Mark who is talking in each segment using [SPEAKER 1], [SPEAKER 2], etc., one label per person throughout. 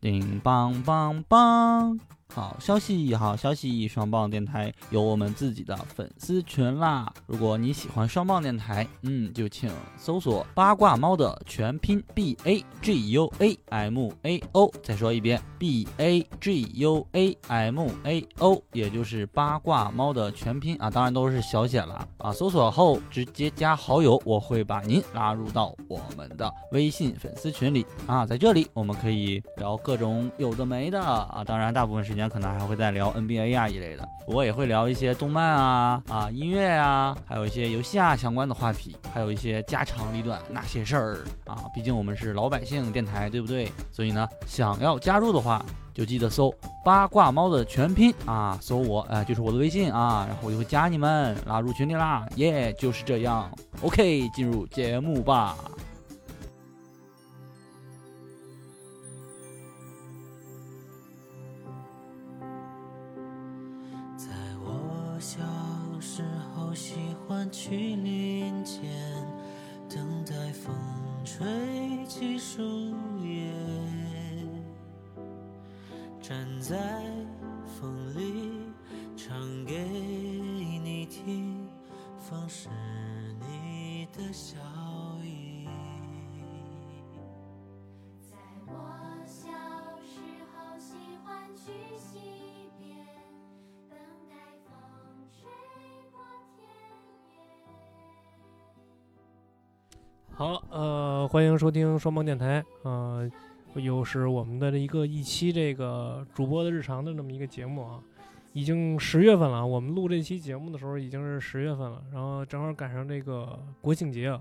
[SPEAKER 1] 叮棒棒棒！好消息，好消息！双棒电台有我们自己的粉丝群啦。如果你喜欢双棒电台，嗯，就请搜索“八卦猫”的全拼 B A G U A M A O。再说一遍，B A G U A M A O，也就是八卦猫的全拼啊，当然都是小写了啊。搜索后直接加好友，我会把您拉入到我们的微信粉丝群里啊。在这里，我们可以聊各种有的没的啊，当然大部分时间。可能还会再聊 NBA 啊一类的，我也会聊一些动漫啊、啊音乐啊，还有一些游戏啊相关的话题，还有一些家长里短那些事儿啊。毕竟我们是老百姓电台，对不对？所以呢，想要加入的话，就记得搜“八卦猫”的全拼啊，搜我，哎、呃，就是我的微信啊，然后我就会加你们，拉入群里啦。耶、yeah,，就是这样。OK，进入节目吧。
[SPEAKER 2] 去林间，等待风吹起树叶。站在风里，唱给你听，风是你的笑意。
[SPEAKER 3] 在我小时候，喜欢去溪边，等待风吹过田。
[SPEAKER 4] 好，呃，欢迎收听双棒电台，呃，又是我们的一个一期这个主播的日常的这么一个节目啊，已经十月份了，啊我们录这期节目的时候已经是十月份了，然后正好赶上这个国庆节啊，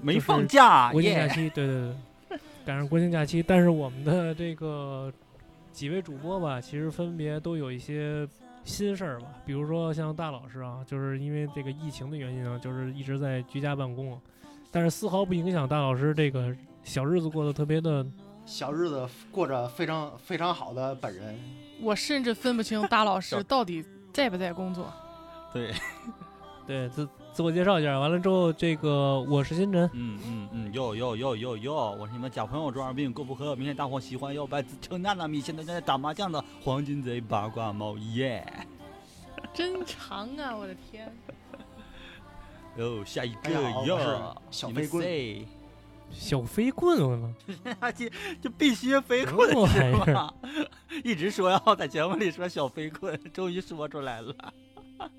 [SPEAKER 1] 没放假，
[SPEAKER 4] 国庆假
[SPEAKER 1] 啊耶
[SPEAKER 4] 期，对对对，赶上国庆假期，但是我们的这个几位主播吧，其实分别都有一些心事儿吧，比如说像大老师啊，就是因为这个疫情的原因啊，就是一直在居家办公啊，但是丝毫不影响大老师这个小日子过得特别的，
[SPEAKER 5] 小日子过着非常非常好的本人，
[SPEAKER 6] 我甚至分不清大老 师到底在不在工作。
[SPEAKER 1] 对，
[SPEAKER 4] 对自自我介绍一下，完了之后，这个我是星辰，
[SPEAKER 1] 嗯嗯嗯，哟哟哟哟哟，我是你们假朋友中二病，够不喝，明天大伙喜欢摇摆，自称娜娜米，现在正在打麻将的黄金贼八卦猫耶！
[SPEAKER 6] 真长啊！我的天，
[SPEAKER 1] 哦，下一个
[SPEAKER 5] 大家好哎我是
[SPEAKER 1] 哟，
[SPEAKER 5] 小
[SPEAKER 1] 你们
[SPEAKER 5] 飞棍
[SPEAKER 1] 谁
[SPEAKER 4] 小飞棍，我操，
[SPEAKER 1] 就就必须飞
[SPEAKER 4] 什
[SPEAKER 1] 棍
[SPEAKER 4] 么
[SPEAKER 1] 是
[SPEAKER 4] 玩意儿
[SPEAKER 1] 吧？ 一直说要在节目里说小飞棍， 终于说出来了。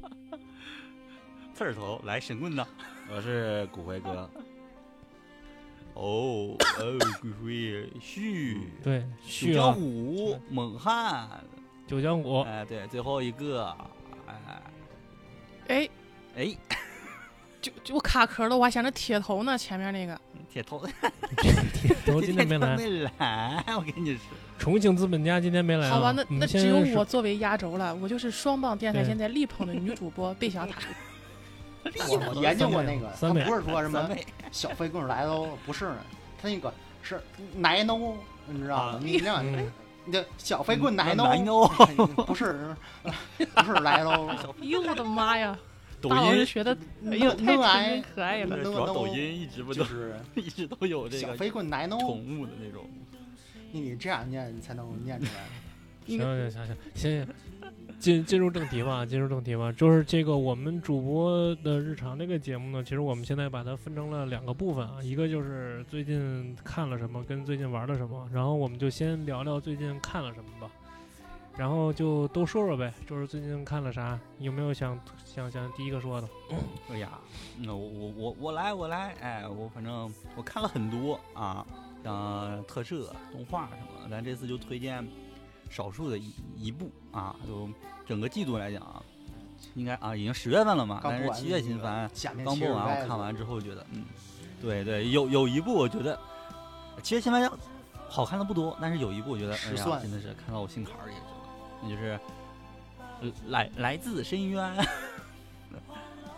[SPEAKER 1] 刺儿头来神棍呐！
[SPEAKER 7] 我是骨灰哥，
[SPEAKER 1] 哦哦，鬼吹旭、
[SPEAKER 4] 对，
[SPEAKER 1] 九
[SPEAKER 4] 旭
[SPEAKER 1] 江
[SPEAKER 4] 啊，
[SPEAKER 1] 虎、猛汉，
[SPEAKER 4] 九江虎，
[SPEAKER 1] 哎对，最后一个，哎
[SPEAKER 6] 哎，
[SPEAKER 1] 哎，
[SPEAKER 6] 就就我卡壳了，我还想着铁头呢，前面那个
[SPEAKER 1] 铁头，
[SPEAKER 4] 头 今
[SPEAKER 1] 今天
[SPEAKER 4] 天没
[SPEAKER 1] 他
[SPEAKER 4] 来，
[SPEAKER 1] 没来， 我跟你说，
[SPEAKER 4] 重庆资本家今天没来啊，
[SPEAKER 6] 好吧，那
[SPEAKER 4] 我们
[SPEAKER 6] 那
[SPEAKER 4] 先
[SPEAKER 6] 只有
[SPEAKER 4] 是
[SPEAKER 6] 我作为压轴了，我就是双棒电台
[SPEAKER 4] 对
[SPEAKER 6] 现在力捧的女主播贝小塔。
[SPEAKER 5] 我我研究过那个，
[SPEAKER 4] 三
[SPEAKER 5] 他
[SPEAKER 4] 妹
[SPEAKER 5] 不是说什
[SPEAKER 1] 三
[SPEAKER 5] 么
[SPEAKER 1] 妹，
[SPEAKER 5] 小飞棍来喽，不是呢，他那个是奶奴，你知道
[SPEAKER 1] 啊
[SPEAKER 5] 吗？你这样，
[SPEAKER 4] 嗯
[SPEAKER 5] 你这小飞棍奶奴，哎
[SPEAKER 1] 奶奴
[SPEAKER 5] 不是不是 来喽，
[SPEAKER 6] 哎呦我的妈呀！
[SPEAKER 1] 抖
[SPEAKER 6] 大老师
[SPEAKER 1] 音，
[SPEAKER 6] 学的，哎呦
[SPEAKER 5] 弄弄
[SPEAKER 6] 太纯真
[SPEAKER 5] 来
[SPEAKER 6] 可爱了。
[SPEAKER 1] 对主要抖音一直不
[SPEAKER 5] 就
[SPEAKER 1] 都
[SPEAKER 5] 是
[SPEAKER 1] 一直都有这
[SPEAKER 5] 小
[SPEAKER 1] 个
[SPEAKER 5] 飞棍奶奴，
[SPEAKER 1] 宠物的那种。
[SPEAKER 5] 你得这样念你才能念出来。
[SPEAKER 1] 啊
[SPEAKER 6] 你
[SPEAKER 4] 行行行行行，进进入正题吧，进入正题吧。就是这个我们主播的日常这个节目呢，其实我们现在把它分成了两个部分啊，一个就是最近看了什么，跟最近玩了什么，然后我们就先聊聊最近看了什么吧，然后就都说说呗，就是最近看了啥，有没有想想想第一个说的？
[SPEAKER 1] 哎呀，那我我我我来我来，哎，我反正我看了很多啊，像特摄、动画什么的，咱这次就推荐少数的一一部啊，就整个季度来讲啊，应该啊已经十月份了嘛，
[SPEAKER 5] 刚
[SPEAKER 1] 但
[SPEAKER 5] 播
[SPEAKER 1] 是
[SPEAKER 5] 完
[SPEAKER 1] 七月
[SPEAKER 5] 那
[SPEAKER 1] 新
[SPEAKER 5] 个
[SPEAKER 1] 番
[SPEAKER 5] 假面
[SPEAKER 1] 刚
[SPEAKER 5] 骑
[SPEAKER 1] 播
[SPEAKER 5] 士
[SPEAKER 1] 完，我
[SPEAKER 5] Rise
[SPEAKER 1] 看完之后觉得，嗯，对对，有有一部我觉得其实新番好看的不多，但是有一部我觉得，哎
[SPEAKER 5] 失
[SPEAKER 1] 呀，
[SPEAKER 5] 算
[SPEAKER 1] 真的是看到我心坎儿里去了，那就是。呃来来自深渊，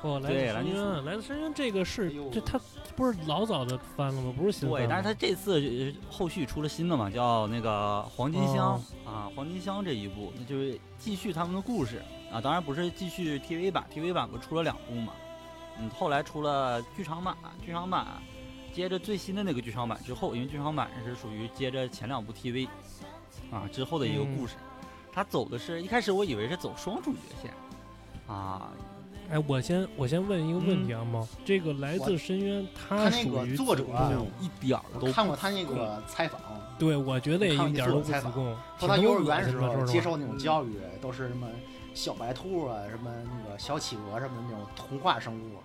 [SPEAKER 4] 哦，来
[SPEAKER 1] 对
[SPEAKER 4] 自
[SPEAKER 1] 来
[SPEAKER 4] 深
[SPEAKER 1] 自深
[SPEAKER 4] 渊，来自深渊这个是
[SPEAKER 5] 哎呦
[SPEAKER 4] 这他不是老早的番了吗？不是新
[SPEAKER 1] 对，
[SPEAKER 4] 番吗，
[SPEAKER 1] 但是他这次呃后续出了新的嘛，叫那个黄金箱、
[SPEAKER 4] 哦
[SPEAKER 1] 啊，黄金箱这一部，那就是继续他们的故事啊，当然不是继续 TV 版，TV 版不是出了两部嘛，嗯，后来出了剧场版，剧场版
[SPEAKER 8] 接着最新的那个剧场版之后，因为剧场版是属于接着前两部 TV 啊之后的一个故事，他走的是一开始我以为是走双主角线啊，
[SPEAKER 4] 哎，我先我先问一个问
[SPEAKER 8] 嗯
[SPEAKER 4] 题啊，猫、这个来自深渊，它
[SPEAKER 5] 他那
[SPEAKER 4] 属
[SPEAKER 5] 个
[SPEAKER 4] 于
[SPEAKER 5] 作者啊
[SPEAKER 4] 子宫
[SPEAKER 8] 一点儿
[SPEAKER 5] 我
[SPEAKER 8] 都
[SPEAKER 5] 看过他那个采访，
[SPEAKER 4] 对，我觉得也一点儿都不子贡。
[SPEAKER 5] 说他幼儿园
[SPEAKER 4] 挺
[SPEAKER 5] 时
[SPEAKER 4] 恶心
[SPEAKER 5] 候
[SPEAKER 4] 的
[SPEAKER 5] 接受那种教育都是什么小白兔啊，什么那个小企鹅什么的那种童话生物。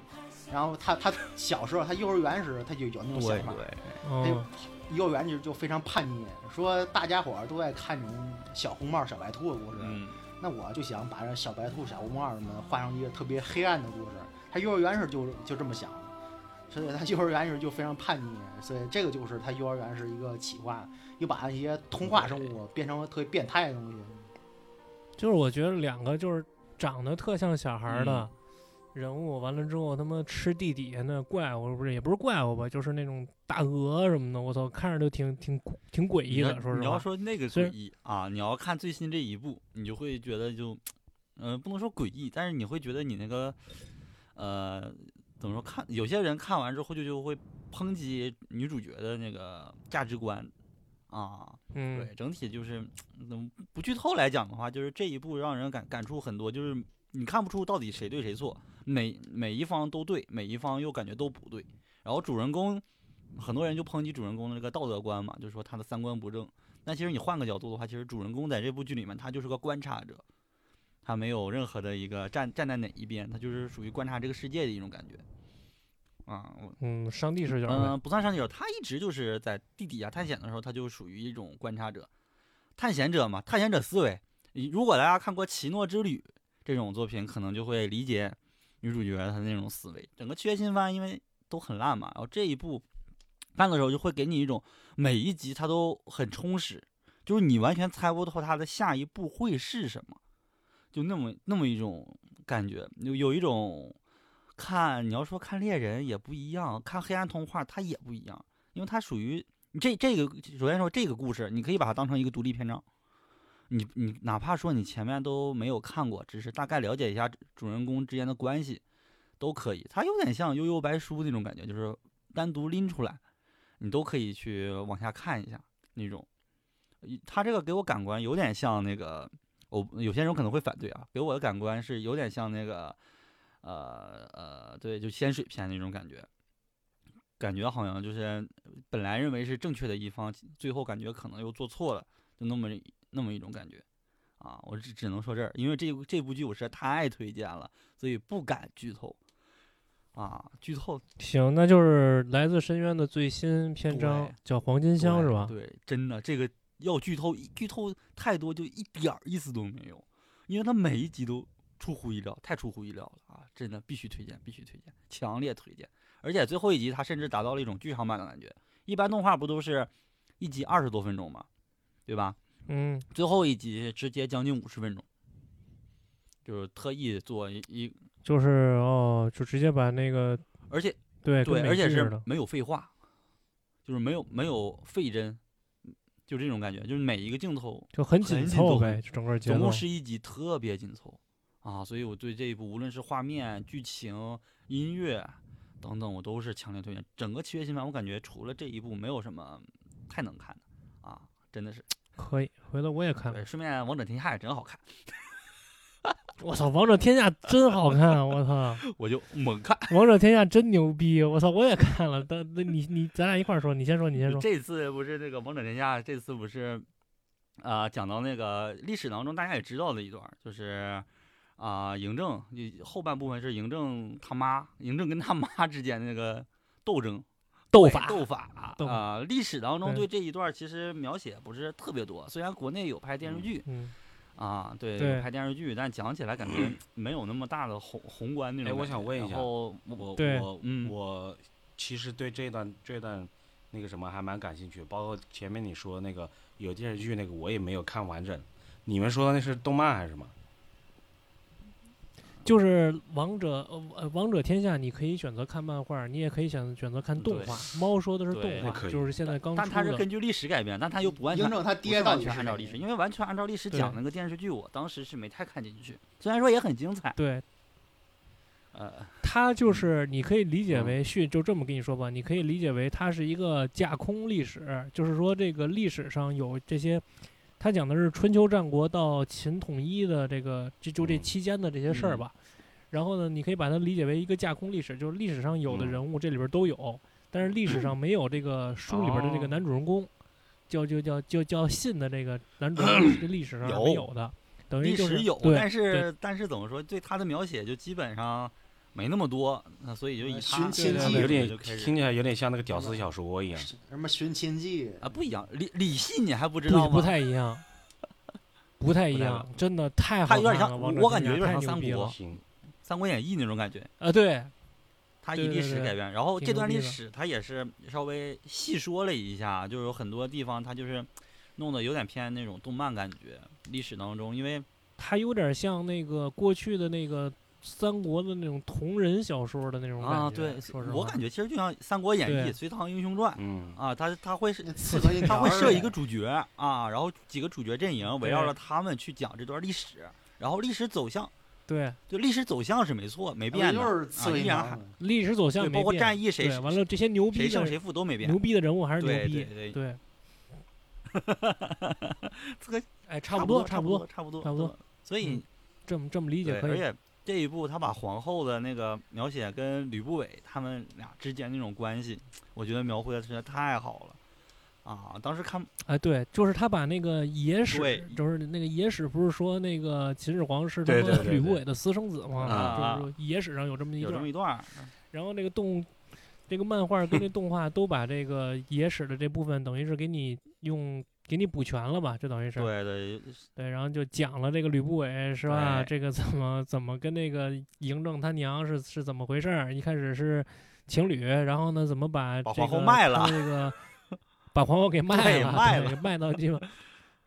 [SPEAKER 5] 然后他他小时候，他幼儿园时他就有那种
[SPEAKER 8] 对
[SPEAKER 5] 想法，
[SPEAKER 8] 对，
[SPEAKER 5] 他就
[SPEAKER 4] 嗯，
[SPEAKER 5] 幼儿园就就非常叛逆，说大家伙儿都爱看那种小红帽、小白兔的故事，
[SPEAKER 8] 嗯，
[SPEAKER 5] 那我就想把这小白兔、小红帽什么的画上一个特别黑暗的故事。他幼儿园时就就这么想的，所以他幼儿园时就非常叛逆，所以这个就是他幼儿园是一个企划，又把一些童话生物变成了特别变态的东西。
[SPEAKER 4] 就是我觉得两个就是长得特像小孩儿
[SPEAKER 5] 嗯
[SPEAKER 4] 的人物，完了之后他妈吃地底下那怪物，不是也不是怪物吧，就是那种大鹅什么的，我操，看着就挺挺挺诡
[SPEAKER 8] 你
[SPEAKER 4] 异
[SPEAKER 8] 要
[SPEAKER 4] 的，说实
[SPEAKER 8] 你要
[SPEAKER 4] 话。
[SPEAKER 8] 说那个
[SPEAKER 4] 虽
[SPEAKER 8] 诡
[SPEAKER 4] 然
[SPEAKER 8] 异啊，你要看最新这一部，你就会觉得就，嗯、不能说诡异，但是你会觉得你那个，呃，怎么说看？有些人看完之后就就会抨击女主角的那个价值观啊。
[SPEAKER 4] 嗯
[SPEAKER 8] 对，，整体就是，嗯，不剧透来讲的话，就是这一部让人感感触很多，就是你看不出到底谁对谁错，每每一方都对，每一方又感觉都不对。然后主人公，很多人就抨击主人公的这个道德观嘛，就是说他的三观不正。但其实你换个角度的话，其实主人公在这部剧里面他就是个观察者，他没有任何的一个站站在哪一边，他就是属于观察这个世界的一种感觉。啊，我
[SPEAKER 4] 嗯，上帝视角呗。
[SPEAKER 8] 嗯、不算上帝视角，他一直就是在地底下探险的时候，他就属于一种观察者、探险者嘛，探险者思维。你如果大家看过《奇诺之旅》这种作品，可能就会理解女主角她那种思维。整个《缺心番》因为都很烂嘛，然后这一部看的时候就会给你一种每一集它都很充实，就是你完全猜不透它的下一步会是什么，就那么那么一种感觉，有有一种看你要说看猎人也不一样，看黑暗童话它也不一样，因为它属于这这个首先说这个故事，你可以把它当成一个独立篇章。你你哪怕说你前面都没有看过，只是大概了解一下主人公之间的关系，都可以。它有点像《悠悠白书》那种感觉，就是单独拎出来，你都可以去往下看一下那种。一它这个给我感官有点像那个，我有些人可能会反对啊，给我的感官是有点像那个呃呃，对，就仙水片那种感觉，感觉好像就是本来认为是正确的一方，最后感觉可能又做错了，就那么一那么一种感觉啊。我只只能说这儿，因为这部这部剧我实在太推荐了，所以不敢剧透啊，剧透
[SPEAKER 4] 行，那就是来自深渊的最新篇章
[SPEAKER 8] 对
[SPEAKER 4] 叫《黄金
[SPEAKER 8] 对
[SPEAKER 4] 箱》是吧？
[SPEAKER 8] 对，真的这个要剧透，一剧透太多就一点儿意思都没有，因为它每一集都出乎意料，太出乎意料了啊！真的必须推荐，必须推荐，强烈推荐！而且最后一集它甚至达到了一种剧场版的感觉，一般动画不都是一集二十多分钟嘛，对吧？
[SPEAKER 4] 嗯，
[SPEAKER 8] 最后一集直接将近五十分钟，就是特意做一一，
[SPEAKER 4] 就是哦，就直接把那个
[SPEAKER 8] 而且
[SPEAKER 4] 对
[SPEAKER 8] 对，
[SPEAKER 4] 跟美
[SPEAKER 8] 而且
[SPEAKER 4] 剧似
[SPEAKER 8] 是
[SPEAKER 4] 的
[SPEAKER 8] 没有废话，就是没有没有废针，就这种感觉，就是每一个镜头
[SPEAKER 4] 就很
[SPEAKER 8] 很
[SPEAKER 4] 紧
[SPEAKER 8] 紧
[SPEAKER 4] 凑
[SPEAKER 8] 凑
[SPEAKER 4] 呗，就整个节
[SPEAKER 8] 总
[SPEAKER 4] 奏
[SPEAKER 8] 共。十一集，特别紧凑啊！所以我对这一部无论是画面、剧情、音乐等等，我都是强烈推荐。整个《七月新番》，我感觉除了这一部，没有什么太能看的啊！真的是，
[SPEAKER 4] 可以，回头我也看。
[SPEAKER 8] 对，顺便《王者天下》也真好看，
[SPEAKER 4] 我操，《王者天 下》真好看！啊我操，
[SPEAKER 8] 我就猛看。
[SPEAKER 4] 《王者天下》真牛逼！我操，我也看了。但那你你咱俩一块儿说，你先说，你先说。
[SPEAKER 8] 这次不是那个《王者天下》，这次不是啊、讲到那个历史当中大家也知道的一段儿，就是啊、嬴政一后半部分是嬴政他妈，嬴政跟他妈之间的那个斗争。
[SPEAKER 4] 斗
[SPEAKER 8] 对
[SPEAKER 4] 法
[SPEAKER 8] 斗法啊、
[SPEAKER 4] 斗法
[SPEAKER 8] 历史当中
[SPEAKER 4] 对
[SPEAKER 8] 对这一段其实描写不是特别多，虽然国内有拍电视剧
[SPEAKER 4] 嗯，
[SPEAKER 8] 啊，对，
[SPEAKER 4] 对
[SPEAKER 8] 有拍电视剧，但讲起来 感觉没有那么大的宏宏观那种
[SPEAKER 9] 哎，
[SPEAKER 8] 感觉。
[SPEAKER 9] 我想问一下
[SPEAKER 8] 然，后我
[SPEAKER 9] 我
[SPEAKER 4] 对
[SPEAKER 9] 我
[SPEAKER 8] 嗯
[SPEAKER 9] 我其实对这段这段那个什么还蛮感兴趣，包括前面你说那个有电视剧那个我也没有看完整，你们说的那是动漫还是什么？
[SPEAKER 4] 就是《王者》呃呃《王者天下》，你可以选择看漫画，你也可以选选择看动画。猫说的是
[SPEAKER 8] 对
[SPEAKER 4] 动
[SPEAKER 9] 那
[SPEAKER 4] 画，
[SPEAKER 9] 可以
[SPEAKER 4] 就是现在刚出
[SPEAKER 8] 但它是
[SPEAKER 4] 的。
[SPEAKER 8] 根据历史改编，但它又不完全
[SPEAKER 5] 嬴政他
[SPEAKER 8] 不是
[SPEAKER 5] 爹到
[SPEAKER 8] 完
[SPEAKER 5] 底
[SPEAKER 8] 全
[SPEAKER 5] 是
[SPEAKER 8] 按照
[SPEAKER 5] 谁
[SPEAKER 8] 历史，因为完全按照历史
[SPEAKER 4] 对
[SPEAKER 8] 讲那个电视剧，我当时是没太看进去，虽然说也很精彩
[SPEAKER 4] 对，
[SPEAKER 9] 呃，
[SPEAKER 4] 它就是你可以理
[SPEAKER 8] 嗯
[SPEAKER 4] 解为旭就这么跟你说吧，你可以理解为它是一个架空历史，就是说这个历史上有这些，它讲的是春秋战国到秦统一的这个这就这
[SPEAKER 9] 嗯
[SPEAKER 4] 期间的这些事儿吧。然后呢，你可以把它理解为一个架空历史，就是历史上有的
[SPEAKER 9] 嗯
[SPEAKER 4] 人物这里边都有，但是历史上没有这个书里边的这个
[SPEAKER 9] 哦
[SPEAKER 4] 男主人公，叫叫叫叫叫信的这个男主人公 是历史上
[SPEAKER 8] 有
[SPEAKER 4] 没有的，等于
[SPEAKER 8] 历
[SPEAKER 4] 就是
[SPEAKER 8] 史有，
[SPEAKER 4] 对
[SPEAKER 8] 但是但是怎么说，对他的描写就基本上没那么多，那所以就以
[SPEAKER 5] 呃
[SPEAKER 8] 他
[SPEAKER 5] 寻
[SPEAKER 4] 对
[SPEAKER 5] 亲
[SPEAKER 4] 对
[SPEAKER 5] 记
[SPEAKER 4] 对
[SPEAKER 9] 有点
[SPEAKER 8] 就开始
[SPEAKER 9] 听起来有点像那个屌丝小说一样。
[SPEAKER 5] 什么寻亲记，
[SPEAKER 8] 啊不一样。李李信你还不知道
[SPEAKER 4] 不不
[SPEAKER 8] 吗？
[SPEAKER 4] 太一样，不太一
[SPEAKER 8] 不太
[SPEAKER 4] 样，真的太好
[SPEAKER 8] 它有点
[SPEAKER 4] 看了
[SPEAKER 8] 像
[SPEAKER 4] 王者荣
[SPEAKER 8] 我感觉
[SPEAKER 4] 耀
[SPEAKER 8] 有点
[SPEAKER 4] 太
[SPEAKER 8] 像
[SPEAKER 4] 牛
[SPEAKER 8] 三
[SPEAKER 4] 逼
[SPEAKER 8] 国
[SPEAKER 4] 了
[SPEAKER 9] 行，
[SPEAKER 8] 《三国演义》那种感觉，
[SPEAKER 4] 啊，对，
[SPEAKER 8] 它
[SPEAKER 4] 对
[SPEAKER 8] 以
[SPEAKER 4] 对
[SPEAKER 8] 历史
[SPEAKER 4] 对
[SPEAKER 8] 改编，然后
[SPEAKER 4] 挺
[SPEAKER 8] 这
[SPEAKER 4] 牛
[SPEAKER 8] 段
[SPEAKER 4] 逼
[SPEAKER 8] 历
[SPEAKER 4] 的
[SPEAKER 8] 史它也是稍微细说了一下，就是有很多地方它就是弄得有点偏那种动漫感觉，历史当中，因为
[SPEAKER 4] 它有点像那个过去的那个三国的那种同人小说的那种感觉。
[SPEAKER 8] 啊，对
[SPEAKER 4] 说实，话，
[SPEAKER 8] 我感觉其实就像《三国演义》
[SPEAKER 4] 对
[SPEAKER 8] 《隋唐英雄传》
[SPEAKER 9] 嗯，
[SPEAKER 8] 啊，它它会是
[SPEAKER 5] 那刺客信
[SPEAKER 8] 他
[SPEAKER 5] 条
[SPEAKER 8] 会
[SPEAKER 5] 似
[SPEAKER 8] 设
[SPEAKER 5] 的
[SPEAKER 8] 一个主角啊，然后几个主角阵
[SPEAKER 5] 嗯
[SPEAKER 8] 营围绕着他们去讲这段历史，然后历史走向，
[SPEAKER 4] 对
[SPEAKER 8] 就历史走向是没错，没
[SPEAKER 5] 不
[SPEAKER 8] 变的，
[SPEAKER 5] 就是刺
[SPEAKER 8] 啊
[SPEAKER 5] 客
[SPEAKER 8] 依
[SPEAKER 5] 信
[SPEAKER 8] 然
[SPEAKER 5] 条
[SPEAKER 8] 还
[SPEAKER 5] 吗？
[SPEAKER 4] 历史走向
[SPEAKER 8] 对，
[SPEAKER 4] 没
[SPEAKER 8] 包括
[SPEAKER 4] 变
[SPEAKER 8] 战役谁
[SPEAKER 4] 对，完了这些牛逼
[SPEAKER 8] 谁胜
[SPEAKER 4] 的
[SPEAKER 8] 谁负都没变
[SPEAKER 4] 牛。逼的人物还是牛
[SPEAKER 8] 对对
[SPEAKER 4] 逼，
[SPEAKER 8] 对，
[SPEAKER 4] 对。
[SPEAKER 8] 这个
[SPEAKER 4] 哎，差
[SPEAKER 8] 差
[SPEAKER 4] 不
[SPEAKER 8] 多
[SPEAKER 4] 差
[SPEAKER 8] 差
[SPEAKER 4] 不
[SPEAKER 8] 不
[SPEAKER 4] 多，
[SPEAKER 8] 差不多
[SPEAKER 4] 差不多。
[SPEAKER 8] 所以
[SPEAKER 4] 嗯这么这么理
[SPEAKER 8] 对，
[SPEAKER 4] 解可
[SPEAKER 8] 而
[SPEAKER 4] 以。
[SPEAKER 8] 且这一部他把皇后的那个描写跟吕不韦他们俩之间那种关系，我觉得描绘的实在太好了。啊，当时看
[SPEAKER 4] 哎，对，就是他把那个野
[SPEAKER 8] 对
[SPEAKER 4] 史，就是那个野史，不是说那个秦始皇是他
[SPEAKER 9] 对对
[SPEAKER 4] 妈
[SPEAKER 9] 对
[SPEAKER 4] 吕不
[SPEAKER 9] 对
[SPEAKER 4] 韦的私生子
[SPEAKER 8] 啊啊
[SPEAKER 4] 嘛，就是说野史上有这么一
[SPEAKER 8] 有
[SPEAKER 4] 段
[SPEAKER 8] 这
[SPEAKER 4] 儿
[SPEAKER 8] 么。一段儿，
[SPEAKER 4] 然后那个动，这个漫画跟这动画都把这个野史的这部分，等于是给你用给你补全了吧？这等于是
[SPEAKER 8] 对对，
[SPEAKER 4] 对然后就讲了这个吕不韦是吧？
[SPEAKER 8] 对
[SPEAKER 4] 这个怎么怎么跟那个嬴政他娘是是怎么回事儿？一开始是情侣，然后呢怎么把
[SPEAKER 8] 把
[SPEAKER 4] 这
[SPEAKER 8] 皇后
[SPEAKER 4] 个
[SPEAKER 8] 卖
[SPEAKER 4] 他
[SPEAKER 8] 了
[SPEAKER 4] 这 个把皇后给卖
[SPEAKER 8] 对
[SPEAKER 4] 了，
[SPEAKER 8] 卖
[SPEAKER 4] 对
[SPEAKER 8] 了
[SPEAKER 4] 给卖到地方。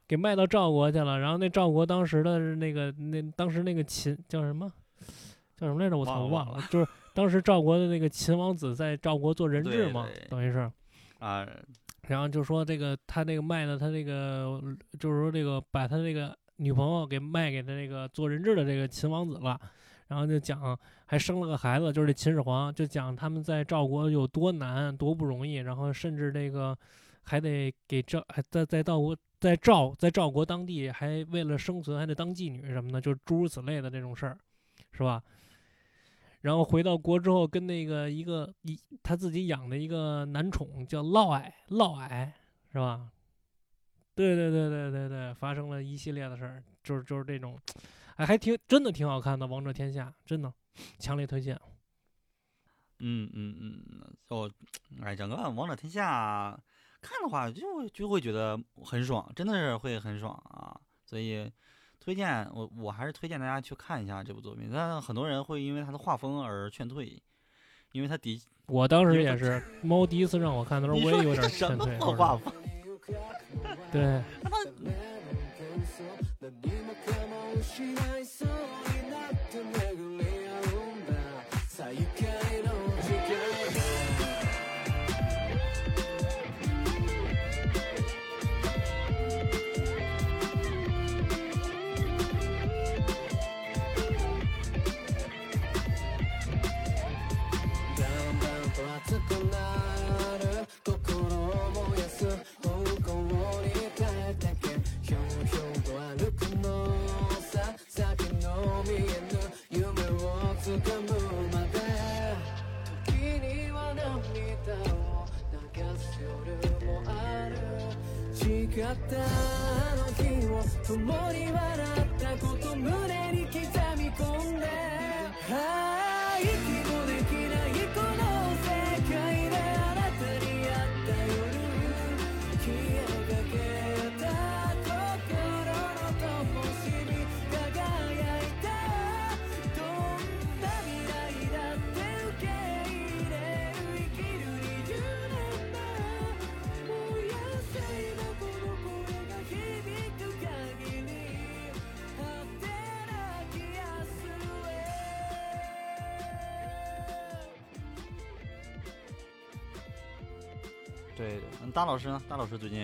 [SPEAKER 4] 给卖到赵国去了，然后那赵国当时的那个那当时那个秦叫什么叫什么来着？我操，
[SPEAKER 8] 忘了
[SPEAKER 4] 我
[SPEAKER 8] 忘
[SPEAKER 4] 忘了。就是当时赵国的那个秦王子在赵国做人质
[SPEAKER 8] 对
[SPEAKER 4] 嘛
[SPEAKER 8] 对，
[SPEAKER 4] 等于是，
[SPEAKER 8] 啊，
[SPEAKER 4] 然后就说这个他那个卖的他这个就是说这个把他这个女朋友给卖给他那个做人质的这个秦王子了，然后就讲还生了个孩子，就是这秦始皇，就讲他们在赵国有多难多不容易，然后甚至这个还得给赵还在在赵国在赵在赵国当地还为了生存还得当妓女什么的，就诸如此类的这种事儿，是吧？然后回到国之后，跟那个一个一他自己养的一个男宠叫嫪毐，嫪毐是吧？对对对对对对，发生了一系列的事儿，就是就是这种，哎，还挺真的挺好看的，《王者天下》真的强烈推荐。
[SPEAKER 8] 嗯嗯嗯，嗯哦，哎，整个《王者天下》看的话就就会觉得很爽，真的是会很爽啊！所以推荐我，我还是推荐大家去看一下这部作品。但很多人会因为它的画风而劝退，因为它的
[SPEAKER 4] 我当时
[SPEAKER 8] 你
[SPEAKER 4] 也
[SPEAKER 8] 说
[SPEAKER 4] 是，猫第一次让我看的时候，
[SPEAKER 8] 你
[SPEAKER 4] 我
[SPEAKER 8] 说
[SPEAKER 4] 也有点
[SPEAKER 8] 这
[SPEAKER 4] 劝
[SPEAKER 8] 什么
[SPEAKER 4] 退。
[SPEAKER 8] 破
[SPEAKER 4] 说实
[SPEAKER 8] 画
[SPEAKER 4] 话
[SPEAKER 8] 风？
[SPEAKER 4] 对，
[SPEAKER 8] 对对，嗯，大老师呢？大老师最近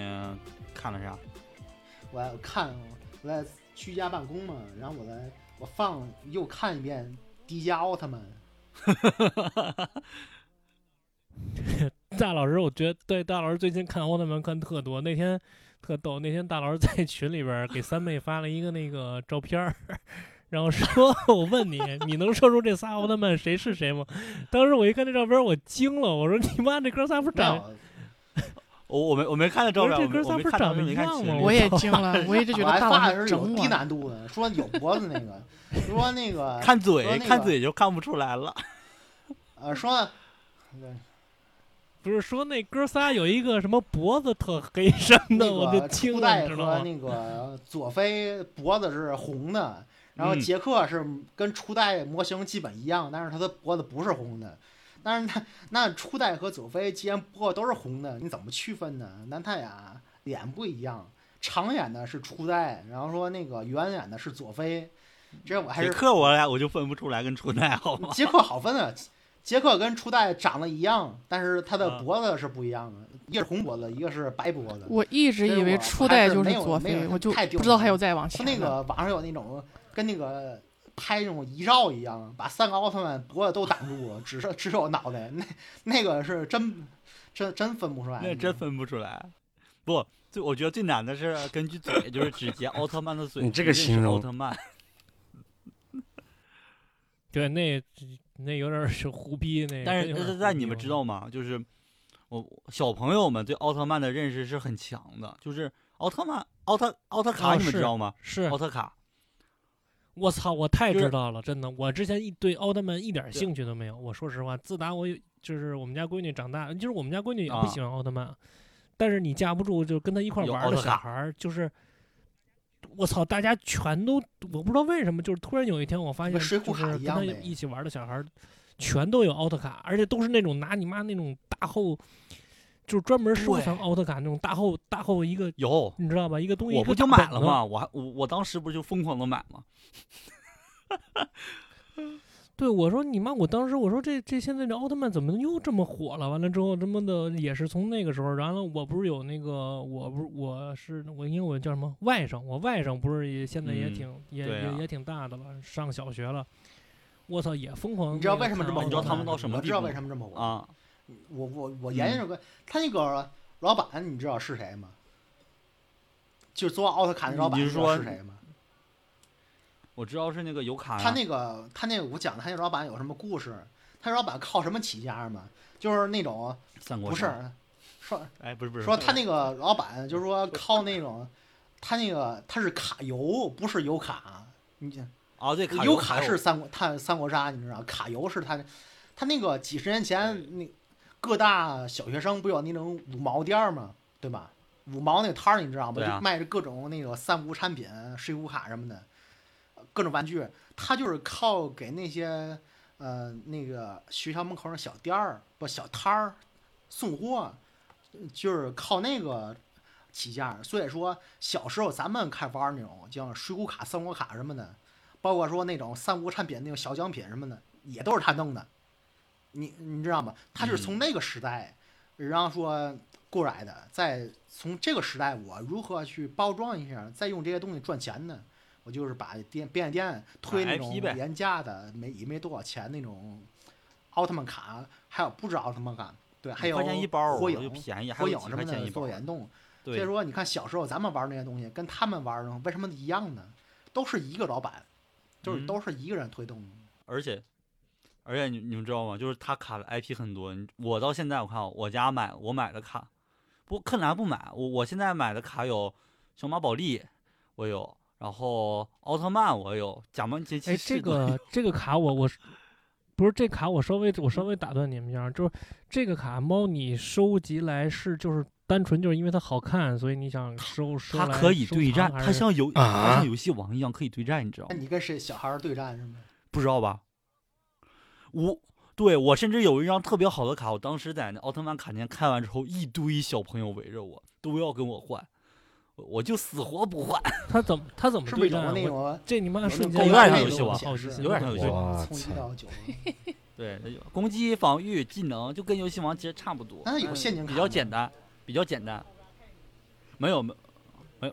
[SPEAKER 8] 看了啥？
[SPEAKER 5] 我还看我在居家办公嘛，然后我在我放又看一遍迪迦奥特曼，
[SPEAKER 4] 大老师，我觉得对大老师最近看奥特曼看特多。那天特逗，那天大老师在群里边儿给三妹发了一个那个照片儿，然后说：“ 我问你，你能说出这仨奥特曼谁是谁吗？”当时我一看这照片儿，我惊了，我说：“你妈，这哥仨不是
[SPEAKER 5] 没
[SPEAKER 4] 长
[SPEAKER 5] 有，
[SPEAKER 8] 我哦我没我没看到照片，
[SPEAKER 4] 不是这哥
[SPEAKER 8] 我没
[SPEAKER 4] 仨
[SPEAKER 8] 我没
[SPEAKER 4] 不是
[SPEAKER 8] 看到
[SPEAKER 4] 长得
[SPEAKER 8] 没看
[SPEAKER 4] 一样
[SPEAKER 8] 群
[SPEAKER 4] 吗
[SPEAKER 8] 里
[SPEAKER 6] 我也惊了，我一直觉
[SPEAKER 5] 我
[SPEAKER 6] 得
[SPEAKER 5] 啊还
[SPEAKER 6] 大
[SPEAKER 5] 发
[SPEAKER 6] 老
[SPEAKER 5] 的
[SPEAKER 6] 师
[SPEAKER 5] 是有
[SPEAKER 6] 整
[SPEAKER 5] 低
[SPEAKER 6] 我。
[SPEAKER 5] 难度的，说有脖子那个，说那个
[SPEAKER 8] 看
[SPEAKER 5] 说
[SPEAKER 8] 嘴
[SPEAKER 5] 那个
[SPEAKER 8] 看嘴就看不出来了。
[SPEAKER 5] 呃说，对
[SPEAKER 4] 不是说那哥仨有一个什么脖子特黑什么的，我
[SPEAKER 5] 那
[SPEAKER 4] 就
[SPEAKER 5] 个
[SPEAKER 4] 惊
[SPEAKER 5] 初
[SPEAKER 4] 了，
[SPEAKER 5] 代
[SPEAKER 4] 你知道
[SPEAKER 5] 和
[SPEAKER 4] 吗？
[SPEAKER 5] 那个佐菲脖子是红的，然后
[SPEAKER 8] 嗯
[SPEAKER 5] 杰克是跟初代模型基本一样，但是他的脖子不是红的。但是那那初代和佐菲既然脖子都是红的，你怎么区分呢？南太雅脸不一样，长眼的是初代，然后说那个圆眼的是佐菲，这我还
[SPEAKER 8] 杰
[SPEAKER 5] 是
[SPEAKER 8] 克我俩我就分不出来跟初代好 吗？
[SPEAKER 5] 杰克好分啊，杰克跟初代长得一样，但是他
[SPEAKER 8] 嗯
[SPEAKER 5] 的脖子是不一样的，一个是红脖子，一个是白脖子。
[SPEAKER 6] 我一直以为初代就是佐
[SPEAKER 5] 没有没
[SPEAKER 6] 菲，
[SPEAKER 5] 有
[SPEAKER 6] 我就
[SPEAKER 5] 太丢
[SPEAKER 6] 不知道还有再往
[SPEAKER 5] 他
[SPEAKER 6] 前的。
[SPEAKER 5] 那个网上有那种跟那个拍那种遗照一样，把三个奥特曼脖子都挡住了，只剩只有脑袋，那那个是真真真分不出来。
[SPEAKER 8] 那真分不出来。不，最我觉得最难的是根据嘴，就是只截奥特曼的嘴。
[SPEAKER 9] 你这个
[SPEAKER 8] 谁认识
[SPEAKER 9] 形容
[SPEAKER 8] 奥特曼，
[SPEAKER 4] 对，那那有点儿是胡逼那个。
[SPEAKER 8] 但
[SPEAKER 4] 真有点儿
[SPEAKER 8] 是
[SPEAKER 4] 胡
[SPEAKER 8] 但
[SPEAKER 4] 逼
[SPEAKER 8] 你们
[SPEAKER 4] 我
[SPEAKER 8] 知道吗？就是我小朋友们对奥特曼的认识是很强的，就是奥特曼、奥特奥特卡，
[SPEAKER 4] 哦
[SPEAKER 8] 你们
[SPEAKER 4] 是
[SPEAKER 8] 知道吗？
[SPEAKER 4] 是
[SPEAKER 8] 奥特卡，
[SPEAKER 4] 我操，我太
[SPEAKER 8] 就是
[SPEAKER 4] 知道了，真的。我之前一对奥特曼一点
[SPEAKER 8] 对
[SPEAKER 4] 兴趣都没有。我说实话，自打我有就是我们家闺女长大，就是我们家闺女也不
[SPEAKER 8] 啊
[SPEAKER 4] 喜欢奥特曼，但是你架不住就跟她一块儿
[SPEAKER 8] 有
[SPEAKER 4] 玩
[SPEAKER 8] 奥
[SPEAKER 4] 儿的
[SPEAKER 8] 特
[SPEAKER 4] 小
[SPEAKER 8] 卡
[SPEAKER 4] 孩儿，就是我操，大家全都我不知道为什么，就是突然有一天我发
[SPEAKER 5] 跟
[SPEAKER 4] 现，
[SPEAKER 5] 水
[SPEAKER 4] 就
[SPEAKER 5] 浒
[SPEAKER 4] 是
[SPEAKER 5] 卡
[SPEAKER 4] 跟
[SPEAKER 5] 一样
[SPEAKER 4] 她
[SPEAKER 5] 呗
[SPEAKER 4] 一起玩儿的小孩儿全都有奥特卡，而且都是那种拿你妈那种大后，就是专门收
[SPEAKER 8] 对
[SPEAKER 4] 藏奥特卡那种大后大后一个。
[SPEAKER 8] 有，
[SPEAKER 4] 你知道吧？一个东西
[SPEAKER 8] 我
[SPEAKER 4] 一个
[SPEAKER 8] 不就
[SPEAKER 4] 大
[SPEAKER 8] 买
[SPEAKER 4] 本
[SPEAKER 8] 了
[SPEAKER 4] 子
[SPEAKER 8] 吗？我还我我当时不就疯狂的买吗？
[SPEAKER 4] 对，我说你妈！我当时我说这这现在这奥特曼怎么又这么火了？完了之后，他妈的也是从那个时候，然后我不是有那个，我不是我是我因为我叫什么外甥，我外甥不是也现在也
[SPEAKER 8] 嗯
[SPEAKER 4] 挺、也
[SPEAKER 8] 对啊
[SPEAKER 4] 也也挺大的了，上小学了，我操也疯狂。
[SPEAKER 5] 你知道为什么这么火吗？
[SPEAKER 8] 啊你知道
[SPEAKER 4] 哎
[SPEAKER 8] 他们到什么
[SPEAKER 5] 我知道
[SPEAKER 8] 地步
[SPEAKER 5] 为什么这么火？
[SPEAKER 8] 啊，嗯
[SPEAKER 5] 我我我研究个，他那个老板你知道是谁吗？就是做奥特卡那老板，
[SPEAKER 8] 嗯你
[SPEAKER 5] 你
[SPEAKER 8] 是
[SPEAKER 5] 知道
[SPEAKER 8] 说
[SPEAKER 5] 是谁吗？
[SPEAKER 8] 我知道是那个有卡呀，
[SPEAKER 5] 他那个他那个我讲他那老板有什么故事？他老板靠什么起家嘛？就是那种
[SPEAKER 8] 三国
[SPEAKER 5] 不是
[SPEAKER 8] 杀，
[SPEAKER 5] 说
[SPEAKER 8] 哎，不是不是，
[SPEAKER 5] 说他那个老板就是说靠那种，他那个他是卡游，不是油卡。你这
[SPEAKER 8] 啊，对，卡
[SPEAKER 5] 油
[SPEAKER 8] 游
[SPEAKER 5] 卡
[SPEAKER 8] 还有
[SPEAKER 5] 是三国，他三国杀，你知道，卡游是他，他那个几十年前那各大小学生不有那种五毛店儿吗？对吧？五毛那个摊儿你知道吗？
[SPEAKER 8] 对啊
[SPEAKER 5] 就卖着各种那个三无产品、税无卡什么的，各种玩具。他就是靠给那些呃那个学校门口的小店儿不小摊儿送货，就是靠那个起家。所以说，小时候咱们看玩儿那种像水浒卡、三国卡什么的，包括说那种三无产品那种小奖品什么的，也都是他弄的。你你知道吗？他就是
[SPEAKER 8] 嗯
[SPEAKER 5] 从那个时代，然后说过来的，再从这个时代我如何去包装一下，再用这些东西赚钱呢？我就是把店便利店推
[SPEAKER 8] 买
[SPEAKER 5] 那
[SPEAKER 8] IP
[SPEAKER 5] 种
[SPEAKER 8] 呗
[SPEAKER 5] 廉价的，没也没多少钱那种奥特曼卡，还有不止奥特曼卡，对，还
[SPEAKER 8] 五
[SPEAKER 5] 有
[SPEAKER 8] 块钱一包儿，
[SPEAKER 5] 火
[SPEAKER 8] 我就
[SPEAKER 5] 影、
[SPEAKER 8] 便宜，还
[SPEAKER 5] 火
[SPEAKER 8] 有
[SPEAKER 5] 影
[SPEAKER 8] 几
[SPEAKER 5] 什
[SPEAKER 8] 块
[SPEAKER 5] 么
[SPEAKER 8] 钱
[SPEAKER 5] 的
[SPEAKER 8] 一包
[SPEAKER 5] 做
[SPEAKER 8] 儿，
[SPEAKER 5] 联动。所以
[SPEAKER 8] 对，
[SPEAKER 5] 说，你看小时候咱们玩那些东西，跟他们玩的为什么一样呢？都是一个老板，就是
[SPEAKER 8] 嗯
[SPEAKER 5] 都是一个人推动的。
[SPEAKER 8] 而且而且你你们知道吗？就是他卡的 IP 很多，你我到现在我看啊我家买我买的卡，不柯南不买，我我现在买的卡有小马宝莉，我有，然后奥特曼我有，假面骑
[SPEAKER 4] 哎，
[SPEAKER 8] 骑士
[SPEAKER 4] 这
[SPEAKER 8] 我有
[SPEAKER 4] 个这个卡我我不是这卡我稍微我稍微打断你们一下，就是这个卡猫你收集来是就是单纯就是因为它好看，所以你想收收
[SPEAKER 8] 它
[SPEAKER 4] 来
[SPEAKER 8] 可以
[SPEAKER 4] 收
[SPEAKER 8] 对
[SPEAKER 4] 藏
[SPEAKER 8] 战，
[SPEAKER 4] 还
[SPEAKER 8] 它
[SPEAKER 4] 是
[SPEAKER 8] 像游它
[SPEAKER 9] 啊
[SPEAKER 8] 像游戏王一样可以对战，你知道吗
[SPEAKER 5] 那？你跟谁小孩儿对战是吗？
[SPEAKER 8] 不知道吧？我对我甚至有一张特别好的卡，我当时在那奥特曼卡店开完之后，一堆小朋友围着我，都要跟我换，我我就死活不换，
[SPEAKER 4] 它怎么它怎么
[SPEAKER 5] 是不
[SPEAKER 4] 对
[SPEAKER 5] 是一种
[SPEAKER 4] 战啊？
[SPEAKER 5] 那
[SPEAKER 4] 我
[SPEAKER 5] 种
[SPEAKER 4] 这你妈
[SPEAKER 5] 有
[SPEAKER 4] 瞬
[SPEAKER 5] 那
[SPEAKER 4] 间
[SPEAKER 8] 种
[SPEAKER 4] 让
[SPEAKER 8] 狗
[SPEAKER 4] 我
[SPEAKER 8] 蛋游戏吧
[SPEAKER 4] 好奇心
[SPEAKER 8] 有点
[SPEAKER 4] 了
[SPEAKER 8] 像游戏
[SPEAKER 4] 对
[SPEAKER 8] 王
[SPEAKER 9] 我
[SPEAKER 5] 从一
[SPEAKER 9] 操！
[SPEAKER 5] 到九？
[SPEAKER 8] 对，那就攻击、防御、技能就跟游戏王其实差不多，
[SPEAKER 5] 那有
[SPEAKER 8] 嗯
[SPEAKER 5] 陷阱
[SPEAKER 8] 比
[SPEAKER 5] 卡
[SPEAKER 8] 较
[SPEAKER 5] 吗
[SPEAKER 8] 简单，比较简单，没有没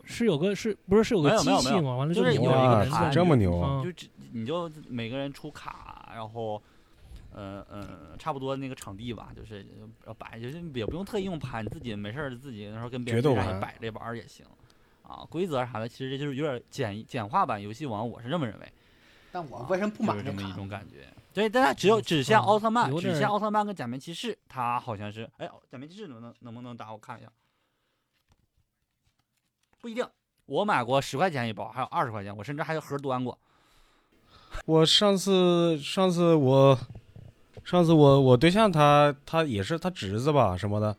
[SPEAKER 4] 是有个是不是是有
[SPEAKER 8] 没
[SPEAKER 4] 个
[SPEAKER 8] 有没
[SPEAKER 4] 机
[SPEAKER 8] 有
[SPEAKER 4] 器
[SPEAKER 8] 没有
[SPEAKER 4] 吗？完了
[SPEAKER 8] 就是
[SPEAKER 4] 你
[SPEAKER 8] 有一
[SPEAKER 4] 玩
[SPEAKER 8] 个
[SPEAKER 4] 儿
[SPEAKER 8] 卡
[SPEAKER 4] 人
[SPEAKER 8] 这
[SPEAKER 9] 么牛啊
[SPEAKER 4] 嗯
[SPEAKER 8] 就这你就每个人出卡，然后呃呃，差不多那个场地吧，就是呃摆，就是也不用特意用盘，自己没事儿自己那时候跟别人
[SPEAKER 9] 决斗
[SPEAKER 8] 在那
[SPEAKER 9] 盘
[SPEAKER 8] 里摆着玩儿也行。啊，规则啥的，其实这就是有点简简化版游戏王，我是这么认为，
[SPEAKER 5] 但我为什么不
[SPEAKER 8] 就
[SPEAKER 5] 买
[SPEAKER 8] 是
[SPEAKER 5] 这
[SPEAKER 8] 这么
[SPEAKER 5] 卡
[SPEAKER 8] 一
[SPEAKER 5] 呢？
[SPEAKER 8] 种感觉。对，但它只有只像
[SPEAKER 4] 嗯
[SPEAKER 8] 奥特曼，
[SPEAKER 4] 有
[SPEAKER 8] 只
[SPEAKER 4] 点
[SPEAKER 8] 像奥特曼跟假面骑士，它好像是，哎，假面骑士能不能能不能打我看一下？不一定，我买过十块钱一包，还有二十块钱，我甚至还有盒端过。
[SPEAKER 9] 我上次上次我上次我我对象他他也是他侄子吧什么的，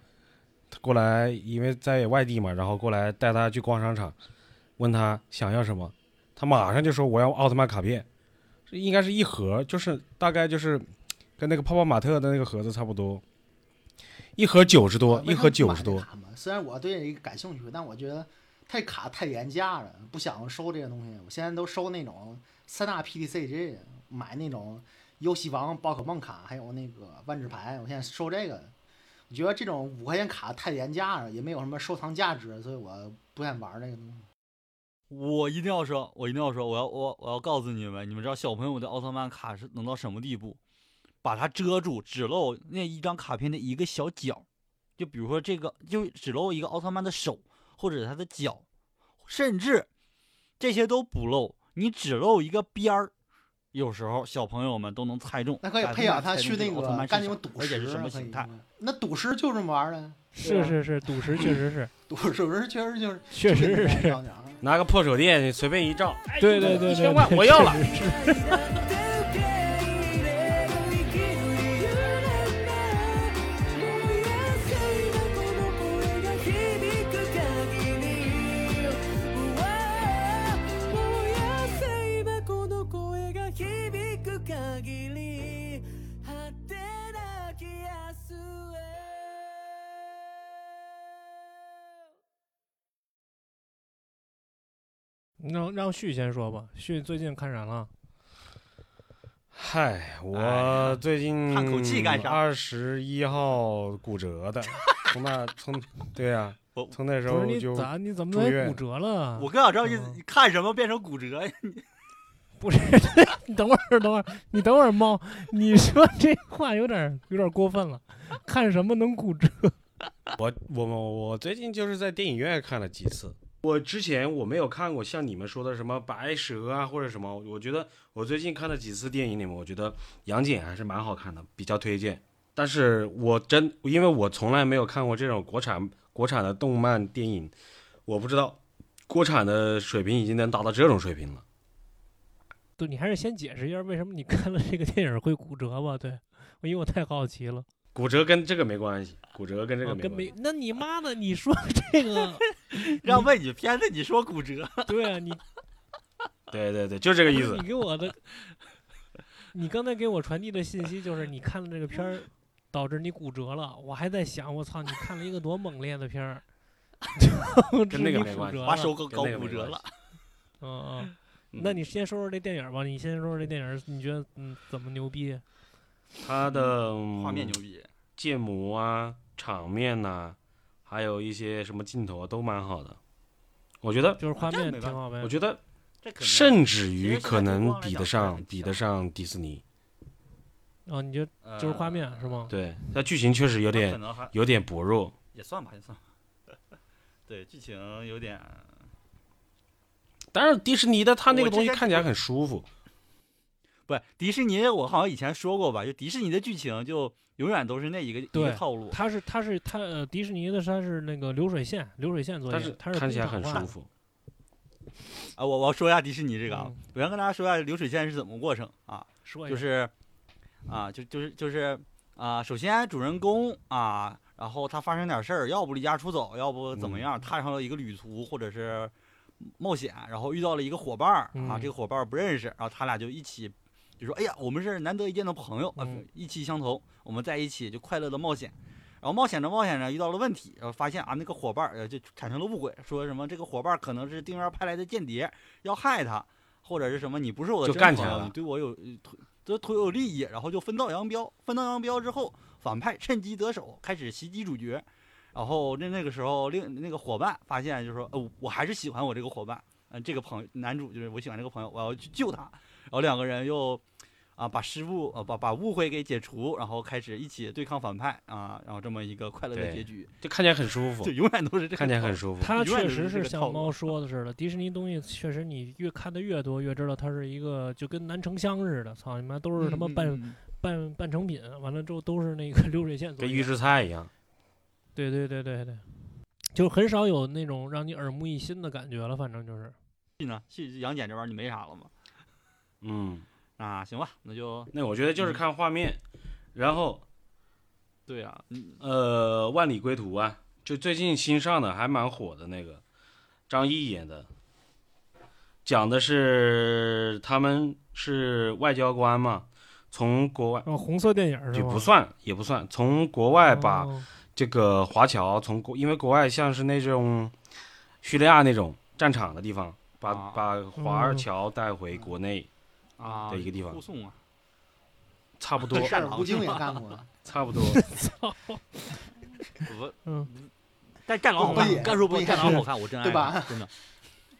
[SPEAKER 9] 他过来因为在外地嘛，然后过来带他去逛商场，问他想要什么，他马上就说我要奥特曼卡片，这应该是一盒，就是大概就是跟那个泡泡玛特的那个盒子差不多，一盒九十多，
[SPEAKER 5] 我
[SPEAKER 9] 一
[SPEAKER 5] 啊为什
[SPEAKER 9] 盒
[SPEAKER 5] 么不
[SPEAKER 9] 九
[SPEAKER 5] 买
[SPEAKER 9] 十
[SPEAKER 5] 这
[SPEAKER 9] 多，
[SPEAKER 5] 卡嘛虽然我对这个感兴趣，但我觉得太卡太廉价了，不想收这个东西。我现在都收那种三大 PTCG，买那种游戏王、宝可梦卡，还有那个万智牌。我现在收这个，我觉得这种五块钱卡太廉价了，也没有什么收藏价值，所以我不愿玩这个东西。
[SPEAKER 8] 我一定要说，我一定要说，我要我我要告诉你们，你们知道小朋友的奥特曼卡是能到什么地步？把它遮住，只露那一张卡片的一个小角，就比如说这个，就只露一个奥特曼的手或者他的脚，甚至这些都不露，你只露一个边儿。有时候小朋友们都能猜中，
[SPEAKER 5] 那可以
[SPEAKER 8] 百分
[SPEAKER 5] 配
[SPEAKER 8] 之
[SPEAKER 5] 养
[SPEAKER 8] 百
[SPEAKER 5] 他
[SPEAKER 8] 猜中
[SPEAKER 5] 去
[SPEAKER 8] 这
[SPEAKER 5] 那
[SPEAKER 8] 个奥特
[SPEAKER 5] 个
[SPEAKER 8] 曼
[SPEAKER 5] 干
[SPEAKER 8] 是
[SPEAKER 5] 那种
[SPEAKER 8] 啥
[SPEAKER 5] 赌
[SPEAKER 8] 而且
[SPEAKER 5] 石
[SPEAKER 8] 是什
[SPEAKER 5] 啊，
[SPEAKER 8] 么
[SPEAKER 5] 可以
[SPEAKER 8] 形态？。
[SPEAKER 5] 那赌石就这么玩的，对
[SPEAKER 4] 是
[SPEAKER 5] 吧
[SPEAKER 4] 是是，赌 石确实是，
[SPEAKER 5] 赌石确实 就是
[SPEAKER 4] 确实是，
[SPEAKER 5] 小鸟儿
[SPEAKER 9] 拿个破手电随便一照，
[SPEAKER 4] 对对对对
[SPEAKER 9] 一千，万我要了，
[SPEAKER 4] 让让旭先说吧，旭最近看啥了？
[SPEAKER 9] 嗨，
[SPEAKER 8] 哎
[SPEAKER 9] 我
[SPEAKER 8] 呀
[SPEAKER 9] 最近
[SPEAKER 8] 叹口气干啥
[SPEAKER 9] 二十一号骨折的， 从那从对呀、
[SPEAKER 8] 我
[SPEAKER 9] 从那时
[SPEAKER 4] 不
[SPEAKER 9] 候
[SPEAKER 4] 是你
[SPEAKER 9] 就
[SPEAKER 4] 咋你怎么
[SPEAKER 9] 住
[SPEAKER 4] 还
[SPEAKER 9] 院
[SPEAKER 4] 骨折了？
[SPEAKER 8] 我更想知道你
[SPEAKER 4] 嗯
[SPEAKER 8] 你看什么变成骨折呀？
[SPEAKER 4] 不是，你等会儿，等会儿，你等会儿，猫，你说这话有点儿有点儿过分了。看什么能骨折？
[SPEAKER 9] 我我我我最近就是在电影院看了几次。我之前我没有看过像你们说的什么白蛇啊或者什么，我觉得我最近看了几次电影里面，我觉得杨戬还是蛮好看的，比较推荐。但是我真因为我从来没有看过这种国产国产的动漫电影，我不知道国产的水平已经能达到这种水平了。
[SPEAKER 4] 对，你还是先解释一下为什么你看了这个电影会骨折吧？对，因为我太好奇了。
[SPEAKER 9] 骨折跟这个没关系，骨折跟这
[SPEAKER 4] 啊
[SPEAKER 9] 个没
[SPEAKER 4] 跟
[SPEAKER 9] 关系。
[SPEAKER 4] 没，那你妈的，你说这个，
[SPEAKER 8] 让问你偏的你说骨 折，
[SPEAKER 4] 对啊，你
[SPEAKER 9] 对对对，就这个意
[SPEAKER 4] 不是
[SPEAKER 9] 思
[SPEAKER 4] 你。给我的，你刚才给我传递的信息就是你看了这个片儿，导致你骨折了。我还在想，我操，你看了一个多猛烈的片儿， 导致
[SPEAKER 9] 那个
[SPEAKER 4] 你
[SPEAKER 9] 没
[SPEAKER 4] 骨
[SPEAKER 9] 关系
[SPEAKER 4] 折
[SPEAKER 8] 把
[SPEAKER 4] 了。
[SPEAKER 8] 手搞
[SPEAKER 9] 跟
[SPEAKER 8] 搞
[SPEAKER 9] 那个
[SPEAKER 8] 骨
[SPEAKER 9] 没
[SPEAKER 8] 折
[SPEAKER 9] 关
[SPEAKER 8] 了。
[SPEAKER 4] 嗯嗯。
[SPEAKER 9] 嗯
[SPEAKER 4] 那你先说说这电影吧，你先说说这电影，你觉得嗯怎么牛逼？
[SPEAKER 9] 他的
[SPEAKER 8] 嗯画
[SPEAKER 9] 嗯
[SPEAKER 8] 面牛逼，
[SPEAKER 9] 建模啊、场面呐、还有一些什么镜头啊都蛮好的。我觉得，
[SPEAKER 4] 就是画
[SPEAKER 8] 这
[SPEAKER 4] 面
[SPEAKER 8] 没
[SPEAKER 4] 挺
[SPEAKER 8] 办
[SPEAKER 4] 好呗
[SPEAKER 9] 我。觉得
[SPEAKER 8] 这肯定
[SPEAKER 9] 甚至
[SPEAKER 8] 其
[SPEAKER 9] 于
[SPEAKER 8] 实
[SPEAKER 9] 可
[SPEAKER 8] 现在灯
[SPEAKER 9] 能
[SPEAKER 8] 光来
[SPEAKER 9] 比
[SPEAKER 8] 讲
[SPEAKER 9] 得
[SPEAKER 8] 还
[SPEAKER 9] 上
[SPEAKER 8] 是
[SPEAKER 9] 比
[SPEAKER 8] 像
[SPEAKER 9] 得上迪士尼。
[SPEAKER 4] 啊，你觉得就是画面是吗？
[SPEAKER 9] 对，但剧情确实
[SPEAKER 8] 有呃
[SPEAKER 9] 有
[SPEAKER 8] 嗯可
[SPEAKER 9] 点
[SPEAKER 8] 能还
[SPEAKER 9] 有点薄弱。
[SPEAKER 8] 也算吧，也算吧。 对，剧情有点
[SPEAKER 9] 但是迪士尼的它那
[SPEAKER 8] 我
[SPEAKER 9] 个东
[SPEAKER 8] 之
[SPEAKER 9] 西
[SPEAKER 8] 前
[SPEAKER 9] 看起来很舒服。
[SPEAKER 8] 不迪士尼，我好像以前说过吧，就迪士尼的剧情就永远都是那一个一
[SPEAKER 4] 对
[SPEAKER 8] 个套
[SPEAKER 9] 呃
[SPEAKER 8] 路。
[SPEAKER 4] 它是它是它呃，迪士尼的它是那个流水线，流水线作业，
[SPEAKER 9] 但是
[SPEAKER 4] 它是
[SPEAKER 9] 看起来
[SPEAKER 4] 工
[SPEAKER 9] 很
[SPEAKER 4] 厂化
[SPEAKER 9] 舒
[SPEAKER 4] 的。
[SPEAKER 9] 服。
[SPEAKER 8] 啊，我我要说一下迪士尼这个啊，
[SPEAKER 4] 嗯
[SPEAKER 8] 我先跟大家说一下流水线是怎么过程啊，
[SPEAKER 4] 说一
[SPEAKER 8] 就
[SPEAKER 4] 下
[SPEAKER 8] 是啊，就就是就是啊，首先主人公啊，然后他发生点事儿，要不离家出走，要不怎么样，踏上了一个旅途或者是冒险，然后遇到了一个伙伴儿啊，
[SPEAKER 4] 嗯
[SPEAKER 8] 这个伙伴儿不认识，然后他俩就一起，就说哎呀，我们是难得一见的朋友啊
[SPEAKER 4] 嗯，
[SPEAKER 8] 意气相投，我们在一起就快乐的冒险。然后冒险着冒险着遇到了问题，然后发现啊那个伙伴儿呃就产生了误会，说什么这个伙伴儿可能是定员派来的间谍，要害他，或者是什么你不是我的
[SPEAKER 9] 就
[SPEAKER 8] 真
[SPEAKER 9] 干
[SPEAKER 8] 朋
[SPEAKER 9] 起来
[SPEAKER 8] 友
[SPEAKER 9] 了
[SPEAKER 8] 你对我有呃推都推有利益，然后就分道扬镳。分道扬镳之后，反派趁机得手，开始袭击主角。然后那那个时候，另那个伙伴发现就是说，呃，我还是喜欢呃我这个伙伴，嗯、这个朋友男主就是我喜欢这个朋友，我要去救他。然后两个人又
[SPEAKER 1] 啊，把失误呃把把误会给解除，然后开始一起对抗反派啊，然后这么一个快乐的
[SPEAKER 9] 对
[SPEAKER 1] 结局，
[SPEAKER 9] 就看起来很舒服
[SPEAKER 1] 就，永远都是这个
[SPEAKER 9] 看起来
[SPEAKER 1] 套
[SPEAKER 9] 很
[SPEAKER 1] 路
[SPEAKER 9] 舒服。
[SPEAKER 4] 它
[SPEAKER 1] 永远
[SPEAKER 4] 确
[SPEAKER 1] 都是
[SPEAKER 4] 实
[SPEAKER 1] 这
[SPEAKER 4] 是
[SPEAKER 1] 个
[SPEAKER 4] 像
[SPEAKER 1] 套路
[SPEAKER 9] 啊
[SPEAKER 4] 猫说的似的，迪士尼东西确实你越看的越多，越知道它是一个就跟南城乡似的，操你妈都是他妈
[SPEAKER 8] 嗯嗯
[SPEAKER 4] 半、
[SPEAKER 8] 嗯
[SPEAKER 4] 半半成品，完了之后都是那个 流水线作
[SPEAKER 9] 跟
[SPEAKER 4] 业
[SPEAKER 9] 预制菜一样，
[SPEAKER 4] 对对对对对，就很少有那种让你耳目一新的感觉了，反正就是。
[SPEAKER 1] 戏呢？戏杨戬这玩意儿你没啥了吗？
[SPEAKER 9] 嗯，
[SPEAKER 1] 啊，行吧，那就
[SPEAKER 9] 那我觉得
[SPEAKER 8] 嗯
[SPEAKER 9] 就是看画面，然后
[SPEAKER 1] 对啊，嗯，
[SPEAKER 9] 呃，《万里归途》啊，就最近新上的还蛮火的那个，张译演的，讲的是他们是外交官嘛，从国外
[SPEAKER 4] 然后哦红色电影儿是
[SPEAKER 9] 就
[SPEAKER 4] 吧？
[SPEAKER 9] 不算也不算，从国外把
[SPEAKER 4] 哦
[SPEAKER 9] 这个华侨从国，因为国外像是那种叙利亚那种战场的地方，把、
[SPEAKER 1] 啊
[SPEAKER 9] 把华侨带回国内，
[SPEAKER 1] 啊
[SPEAKER 9] 的一个地方
[SPEAKER 1] 护送啊，
[SPEAKER 9] 差不多，
[SPEAKER 1] 是
[SPEAKER 5] 是吴京也干过，
[SPEAKER 9] 差不多。
[SPEAKER 1] 我
[SPEAKER 4] 嗯
[SPEAKER 1] 但战狼好
[SPEAKER 5] 不也
[SPEAKER 1] 看，干说不
[SPEAKER 5] 不也
[SPEAKER 1] 战狼
[SPEAKER 5] 是
[SPEAKER 1] 好看，我真爱
[SPEAKER 5] 对吧
[SPEAKER 1] 它真的，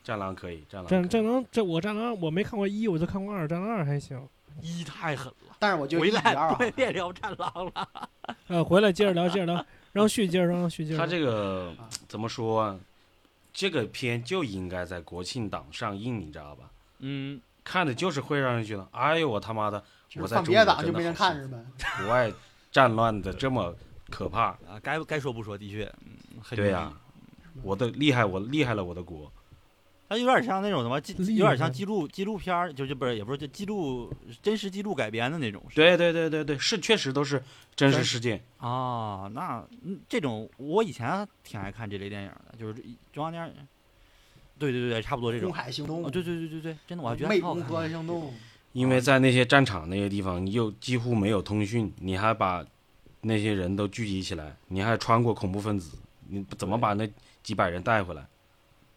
[SPEAKER 9] 战狼可以，战狼可
[SPEAKER 4] 战
[SPEAKER 9] 以
[SPEAKER 4] 战狼，这我战狼我没看过一，我就看过二，战狼二还行。
[SPEAKER 1] 一太狠了，
[SPEAKER 5] 但是我觉得
[SPEAKER 1] 回
[SPEAKER 5] 一比二
[SPEAKER 1] 来
[SPEAKER 5] 啊
[SPEAKER 1] 不，会变聊战狼了。
[SPEAKER 4] 呃，回来接着聊，接着聊，让旭接着聊，让旭接着聊。
[SPEAKER 9] 他这个
[SPEAKER 5] 啊
[SPEAKER 9] 怎么说啊？这个片就应该在国庆档上映，你知道吧？
[SPEAKER 1] 嗯，
[SPEAKER 9] 看的就是会让人觉得，哎呦我他妈的，
[SPEAKER 5] 就是
[SPEAKER 9] 我在
[SPEAKER 5] 放
[SPEAKER 9] 中
[SPEAKER 5] 别
[SPEAKER 9] 国
[SPEAKER 5] 的档
[SPEAKER 9] 真
[SPEAKER 5] 就
[SPEAKER 9] 的
[SPEAKER 5] 没人
[SPEAKER 9] 好
[SPEAKER 5] 看
[SPEAKER 9] 幸
[SPEAKER 5] 是吧？
[SPEAKER 9] 福国外战乱的这么可怕，
[SPEAKER 1] 啊，该该说不说，的确，嗯，很
[SPEAKER 9] 对
[SPEAKER 1] 牛
[SPEAKER 9] 呀、
[SPEAKER 1] 逼
[SPEAKER 9] 我的厉害，我厉害了我的国，
[SPEAKER 1] 它有点像那种什么纪，
[SPEAKER 4] 厉
[SPEAKER 1] 有点像
[SPEAKER 4] 害
[SPEAKER 1] 纪录纪录片儿，就就不是也不是就记录真实记录改编的那种。是
[SPEAKER 9] 对对对对对，是确实都是真实事件，
[SPEAKER 5] 哦
[SPEAKER 1] 啊，那嗯这种我以前挺爱看这类电影的，就是这一中央电影。对对对对，差不多这
[SPEAKER 5] 公
[SPEAKER 1] 种。
[SPEAKER 5] 海行
[SPEAKER 1] 哦，
[SPEAKER 5] 动，
[SPEAKER 1] 对对对对对，真的我还觉得
[SPEAKER 5] 湄
[SPEAKER 1] 挺好
[SPEAKER 5] 公
[SPEAKER 1] 看
[SPEAKER 5] 河
[SPEAKER 1] 的。
[SPEAKER 5] 行动，
[SPEAKER 9] 因为在那些战场那些地方，你又几乎没有通讯，你还把那些人都聚集起来，你还穿过恐怖分子，你怎么把那几百人带回来？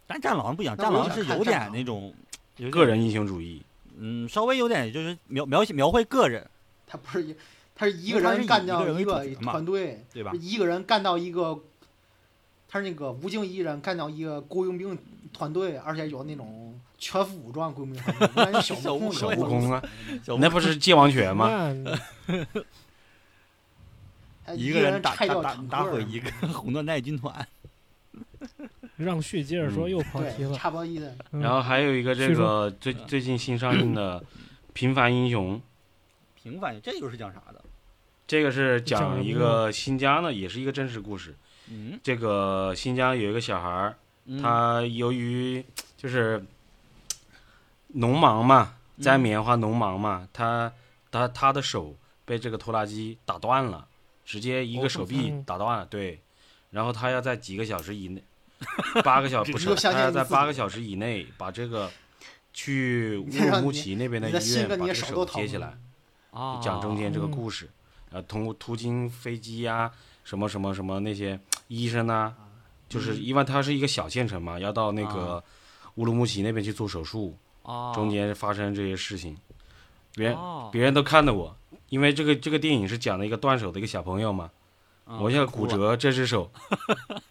[SPEAKER 1] 但战狼不一样，
[SPEAKER 5] 但
[SPEAKER 1] 战
[SPEAKER 5] 我
[SPEAKER 1] 狼
[SPEAKER 5] 想
[SPEAKER 1] 是
[SPEAKER 5] 看
[SPEAKER 1] 有
[SPEAKER 5] 战
[SPEAKER 1] 点
[SPEAKER 5] 狼
[SPEAKER 1] 那种，有
[SPEAKER 9] 个
[SPEAKER 1] 点
[SPEAKER 9] 人英雄主义，
[SPEAKER 1] 嗯，稍微有点就是描描写描绘个人，
[SPEAKER 5] 他不是一，他是一
[SPEAKER 1] 因
[SPEAKER 5] 个
[SPEAKER 1] 为他
[SPEAKER 5] 人
[SPEAKER 1] 是
[SPEAKER 5] 干
[SPEAKER 1] 以
[SPEAKER 5] 掉
[SPEAKER 1] 一个人为
[SPEAKER 5] 一个
[SPEAKER 1] 主角嘛
[SPEAKER 5] 团队，
[SPEAKER 1] 对吧
[SPEAKER 5] 就？一个人干到一个，他是那个吴京一人干到一个雇佣兵团队，而且有那种全副武装雇佣兵团队，不然小
[SPEAKER 1] 小
[SPEAKER 5] 悟空
[SPEAKER 1] 悟
[SPEAKER 5] 也
[SPEAKER 9] 小
[SPEAKER 1] 空
[SPEAKER 5] 不
[SPEAKER 9] 悟
[SPEAKER 5] 能
[SPEAKER 9] 空啊，
[SPEAKER 1] 小
[SPEAKER 9] 那不是界王拳吗？
[SPEAKER 4] 那
[SPEAKER 5] 哎
[SPEAKER 1] 一
[SPEAKER 5] 个
[SPEAKER 1] 个人打
[SPEAKER 5] 拆
[SPEAKER 1] 打
[SPEAKER 5] 掉
[SPEAKER 1] 打
[SPEAKER 5] 坦克
[SPEAKER 1] 打
[SPEAKER 5] 儿，
[SPEAKER 1] 毁一个红缎带军团，
[SPEAKER 4] 让旭接着说，
[SPEAKER 9] 嗯
[SPEAKER 4] 又跑题
[SPEAKER 5] 对，
[SPEAKER 4] 了。
[SPEAKER 5] 差不多意思。
[SPEAKER 4] 嗯
[SPEAKER 9] 然后还有一个这
[SPEAKER 4] 叙述
[SPEAKER 9] 个最最近新上映的《平凡英雄》，
[SPEAKER 1] 平凡这又是讲啥的？
[SPEAKER 9] 这个是
[SPEAKER 4] 讲
[SPEAKER 9] 讲
[SPEAKER 4] 了
[SPEAKER 9] 一
[SPEAKER 4] 吗
[SPEAKER 9] 个新疆的，也是一个真实故事。
[SPEAKER 1] 嗯，
[SPEAKER 9] 这个新疆有一个小孩儿，
[SPEAKER 1] 嗯
[SPEAKER 9] 他由于就是农忙嘛，摘
[SPEAKER 1] 嗯
[SPEAKER 9] 棉花农忙嘛，他他他的手被这个拖拉机打断了，直接一
[SPEAKER 1] 哦
[SPEAKER 9] 个手臂
[SPEAKER 4] 嗯
[SPEAKER 9] 打断了，对。然后他要在几个小时以内， 八个小时不
[SPEAKER 5] 又
[SPEAKER 9] 是，
[SPEAKER 5] 相
[SPEAKER 9] 他
[SPEAKER 5] 信
[SPEAKER 9] 要
[SPEAKER 5] 你
[SPEAKER 9] 在
[SPEAKER 5] 自己
[SPEAKER 9] 八个小时以内把这个去乌
[SPEAKER 5] 你让
[SPEAKER 9] 鲁木
[SPEAKER 5] 你
[SPEAKER 9] 齐那边的
[SPEAKER 5] 你的
[SPEAKER 9] 医
[SPEAKER 5] 心
[SPEAKER 9] 院把
[SPEAKER 5] 跟你
[SPEAKER 9] 这
[SPEAKER 5] 的
[SPEAKER 9] 个
[SPEAKER 5] 手都
[SPEAKER 9] 手
[SPEAKER 5] 疼
[SPEAKER 9] 接起
[SPEAKER 5] 了
[SPEAKER 9] 来。
[SPEAKER 1] 啊，
[SPEAKER 9] 讲中间这个
[SPEAKER 4] 嗯
[SPEAKER 9] 故事，呃，通途经飞机呀、什么什么什么那些医生呐、就是
[SPEAKER 4] 嗯
[SPEAKER 9] 因为它是一个小县城嘛，要到那
[SPEAKER 4] 啊
[SPEAKER 9] 个乌鲁木齐那边去做手术，
[SPEAKER 1] 啊，
[SPEAKER 9] 中间发生这些事情，别人、
[SPEAKER 1] 哦
[SPEAKER 9] 别人都看着我，因为这个这个电影是讲了一个断手的一个小朋友嘛，
[SPEAKER 4] 啊
[SPEAKER 1] 嗯
[SPEAKER 9] 我要骨，折这只手，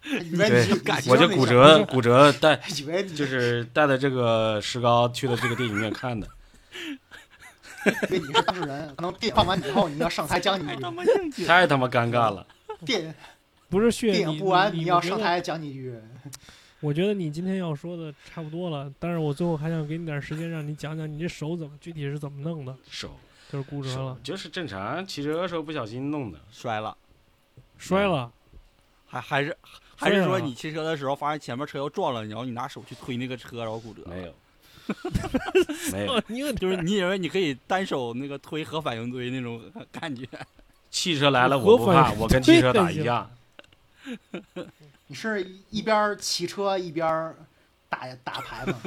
[SPEAKER 5] 以为你
[SPEAKER 9] 对
[SPEAKER 5] 你形
[SPEAKER 9] 我
[SPEAKER 5] 容
[SPEAKER 9] 就
[SPEAKER 5] 那
[SPEAKER 9] 骨
[SPEAKER 5] 小
[SPEAKER 9] 折骨折带
[SPEAKER 5] 以为你
[SPEAKER 9] 就是带着这个石膏去了这个电影院看的，
[SPEAKER 5] 以为你是当事人，可能电放完以后你要上台讲你
[SPEAKER 1] 么硬气
[SPEAKER 9] 太他妈尴尬了，
[SPEAKER 5] 电
[SPEAKER 4] 不是旭，
[SPEAKER 5] 电影
[SPEAKER 4] 你
[SPEAKER 5] 不完
[SPEAKER 4] 你
[SPEAKER 5] 你要
[SPEAKER 4] 我觉
[SPEAKER 5] 上
[SPEAKER 4] 得
[SPEAKER 5] 台讲几句，
[SPEAKER 4] 我觉得你今天要说的差不多了，但是我最后还想给你点时间，让你讲讲你这手怎么具体是怎么弄的，
[SPEAKER 9] 手
[SPEAKER 4] 就是骨折
[SPEAKER 9] 手
[SPEAKER 4] 了，
[SPEAKER 9] 就是正常骑车时候不小心弄的。
[SPEAKER 1] 摔了，
[SPEAKER 4] 摔了，
[SPEAKER 1] 还还是还是
[SPEAKER 4] 摔
[SPEAKER 1] 说
[SPEAKER 4] 了
[SPEAKER 1] 你骑车的时候发现前面车要撞了你，然后你拿手去推那个车，然后骨折了
[SPEAKER 9] 没有，没有，
[SPEAKER 4] 哦你 有点
[SPEAKER 1] 就是你以为你可以单手那个推核反应堆那种感觉，
[SPEAKER 9] 汽车来了我不怕，我跟汽车打一架。
[SPEAKER 5] 你是一边儿骑车一边儿打打牌吗？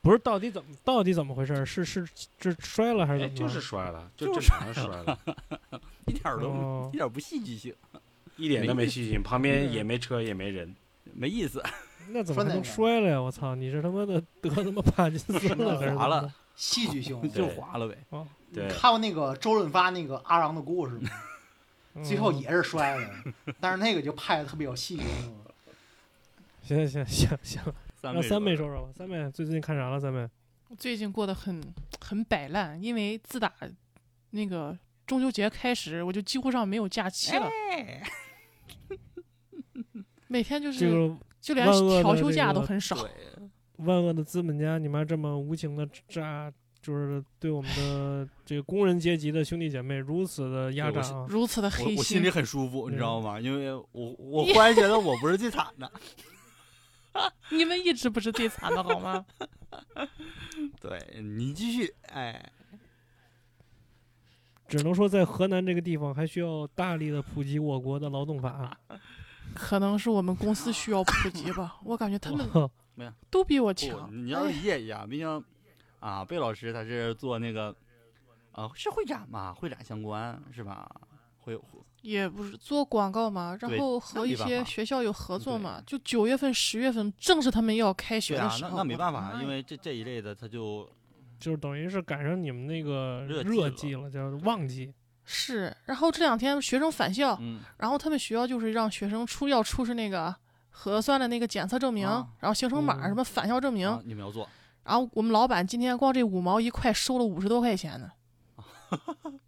[SPEAKER 4] 不是到底怎么到底怎么回事？是是是摔了还是
[SPEAKER 9] 哎，
[SPEAKER 4] 怎么
[SPEAKER 9] 就
[SPEAKER 4] 着？
[SPEAKER 9] 是摔了，就正常摔了，
[SPEAKER 1] 一点儿都不
[SPEAKER 4] 哦
[SPEAKER 1] 一，点儿不戏剧性，
[SPEAKER 9] 一点都没细心，旁边也没车也没人，
[SPEAKER 1] 没意思。
[SPEAKER 6] 哦
[SPEAKER 4] 那怎
[SPEAKER 5] 说
[SPEAKER 4] 么
[SPEAKER 5] 哪
[SPEAKER 4] 还能
[SPEAKER 5] 个
[SPEAKER 4] 摔了呀？我操，你是他妈的得他妈帕金森了还是怎
[SPEAKER 1] 滑
[SPEAKER 4] 么
[SPEAKER 1] 了
[SPEAKER 4] 着？
[SPEAKER 5] 戏剧性。
[SPEAKER 1] 就滑了呗。
[SPEAKER 4] 哦
[SPEAKER 9] 对，
[SPEAKER 5] 看过那个周润发那个阿郎的故事吗？
[SPEAKER 4] 嗯
[SPEAKER 5] 最后也是摔了，但是那个就拍的特别有戏剧性。
[SPEAKER 4] 行行行行，
[SPEAKER 1] 三
[SPEAKER 4] 让三妹
[SPEAKER 1] 说
[SPEAKER 4] 说说吧。三妹最近看啥了？三妹
[SPEAKER 6] 我最近过得很很摆烂，因为自打那个中秋节开始，我就几乎上没有假期了， 每天就是、
[SPEAKER 4] 这个
[SPEAKER 6] 就连
[SPEAKER 4] 万恶的
[SPEAKER 6] 调休
[SPEAKER 4] 这
[SPEAKER 6] 假都
[SPEAKER 4] 个
[SPEAKER 6] 很少。
[SPEAKER 4] 万恶的资本家，你妈这么无情的榨，就是对我们的这个工人阶级的兄弟姐妹如此的压榨
[SPEAKER 8] 对
[SPEAKER 4] 啊！
[SPEAKER 6] 如此的
[SPEAKER 8] 我
[SPEAKER 6] 黑
[SPEAKER 8] 我心
[SPEAKER 6] 心
[SPEAKER 8] 里，很舒服，你知
[SPEAKER 4] 嗯
[SPEAKER 8] 道吗？因为我我忽然觉得我不是最惨的，
[SPEAKER 6] 你们一直不是最惨的好吗？
[SPEAKER 8] 对你继续，哎，
[SPEAKER 4] 只能说在河南这个地方还需要大力的普及我国的劳动法。
[SPEAKER 8] 啊
[SPEAKER 6] 可能是我们公司需要普及吧，我感觉他们
[SPEAKER 4] 我
[SPEAKER 6] 都比我
[SPEAKER 8] 不，
[SPEAKER 6] 强。
[SPEAKER 8] 你要
[SPEAKER 6] 哎
[SPEAKER 8] 理解一下，毕竟啊，贝老师他是做那个啊，是会展吧，会展相关是吧？会会
[SPEAKER 6] 也不是做广告嘛，然
[SPEAKER 8] 对
[SPEAKER 6] 后和
[SPEAKER 8] 那没
[SPEAKER 6] 一
[SPEAKER 8] 办
[SPEAKER 6] 些
[SPEAKER 8] 法
[SPEAKER 6] 学校有合作
[SPEAKER 8] 对
[SPEAKER 6] 嘛。就九月份、十月份，正是他们要开学
[SPEAKER 8] 对
[SPEAKER 6] 的
[SPEAKER 8] 啊，
[SPEAKER 6] 时
[SPEAKER 8] 那
[SPEAKER 6] 候。哎哦
[SPEAKER 8] 那没
[SPEAKER 6] 我
[SPEAKER 8] 办
[SPEAKER 6] 的妈
[SPEAKER 8] 法，
[SPEAKER 6] 呀
[SPEAKER 8] 因为这这一类的他就
[SPEAKER 4] 就是等于是赶上你们那个
[SPEAKER 8] 热季
[SPEAKER 4] 热
[SPEAKER 8] 了
[SPEAKER 4] 季了，叫旺季。
[SPEAKER 6] 是。然后这两天学生返校，
[SPEAKER 8] 嗯，
[SPEAKER 6] 然后他们学校就是让学生出要出示那个核酸的那个检测证明，
[SPEAKER 8] 啊
[SPEAKER 6] 然后行程码、
[SPEAKER 4] 嗯
[SPEAKER 6] 什么返校证明。
[SPEAKER 8] 啊你们要做，
[SPEAKER 6] 然后我们老板今天光这五毛一块收了五十多块钱 呢，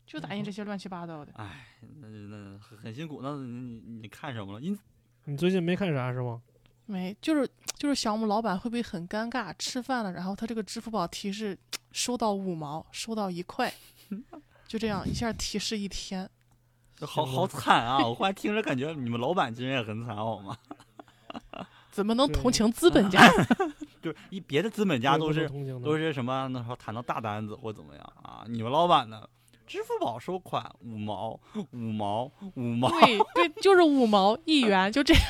[SPEAKER 6] 就打印这些乱七八糟的。
[SPEAKER 8] 哎，那那很很辛苦，那你你你看什么了？你
[SPEAKER 4] 你最近没看啥是吗？
[SPEAKER 6] 没，就是就是想我们老板会不会很尴尬？吃饭了，然后他这个支付宝提示收到五毛，收到一块，就这样一下提示一天。
[SPEAKER 8] 好好惨啊！我忽然听着感觉你们老板其实也很惨，好吗？
[SPEAKER 6] 怎么能
[SPEAKER 4] 对
[SPEAKER 6] 同情资 本家？
[SPEAKER 8] 就是一别的资本
[SPEAKER 4] 我
[SPEAKER 8] 家
[SPEAKER 4] 也不嗯
[SPEAKER 8] 都
[SPEAKER 4] 能
[SPEAKER 8] 是
[SPEAKER 4] 同情的
[SPEAKER 8] 都是什么那时候谈到大单子或怎么样啊？你们老板呢？支付宝收款五毛，五毛，五毛，
[SPEAKER 6] 对对，就是五毛一元，就这样。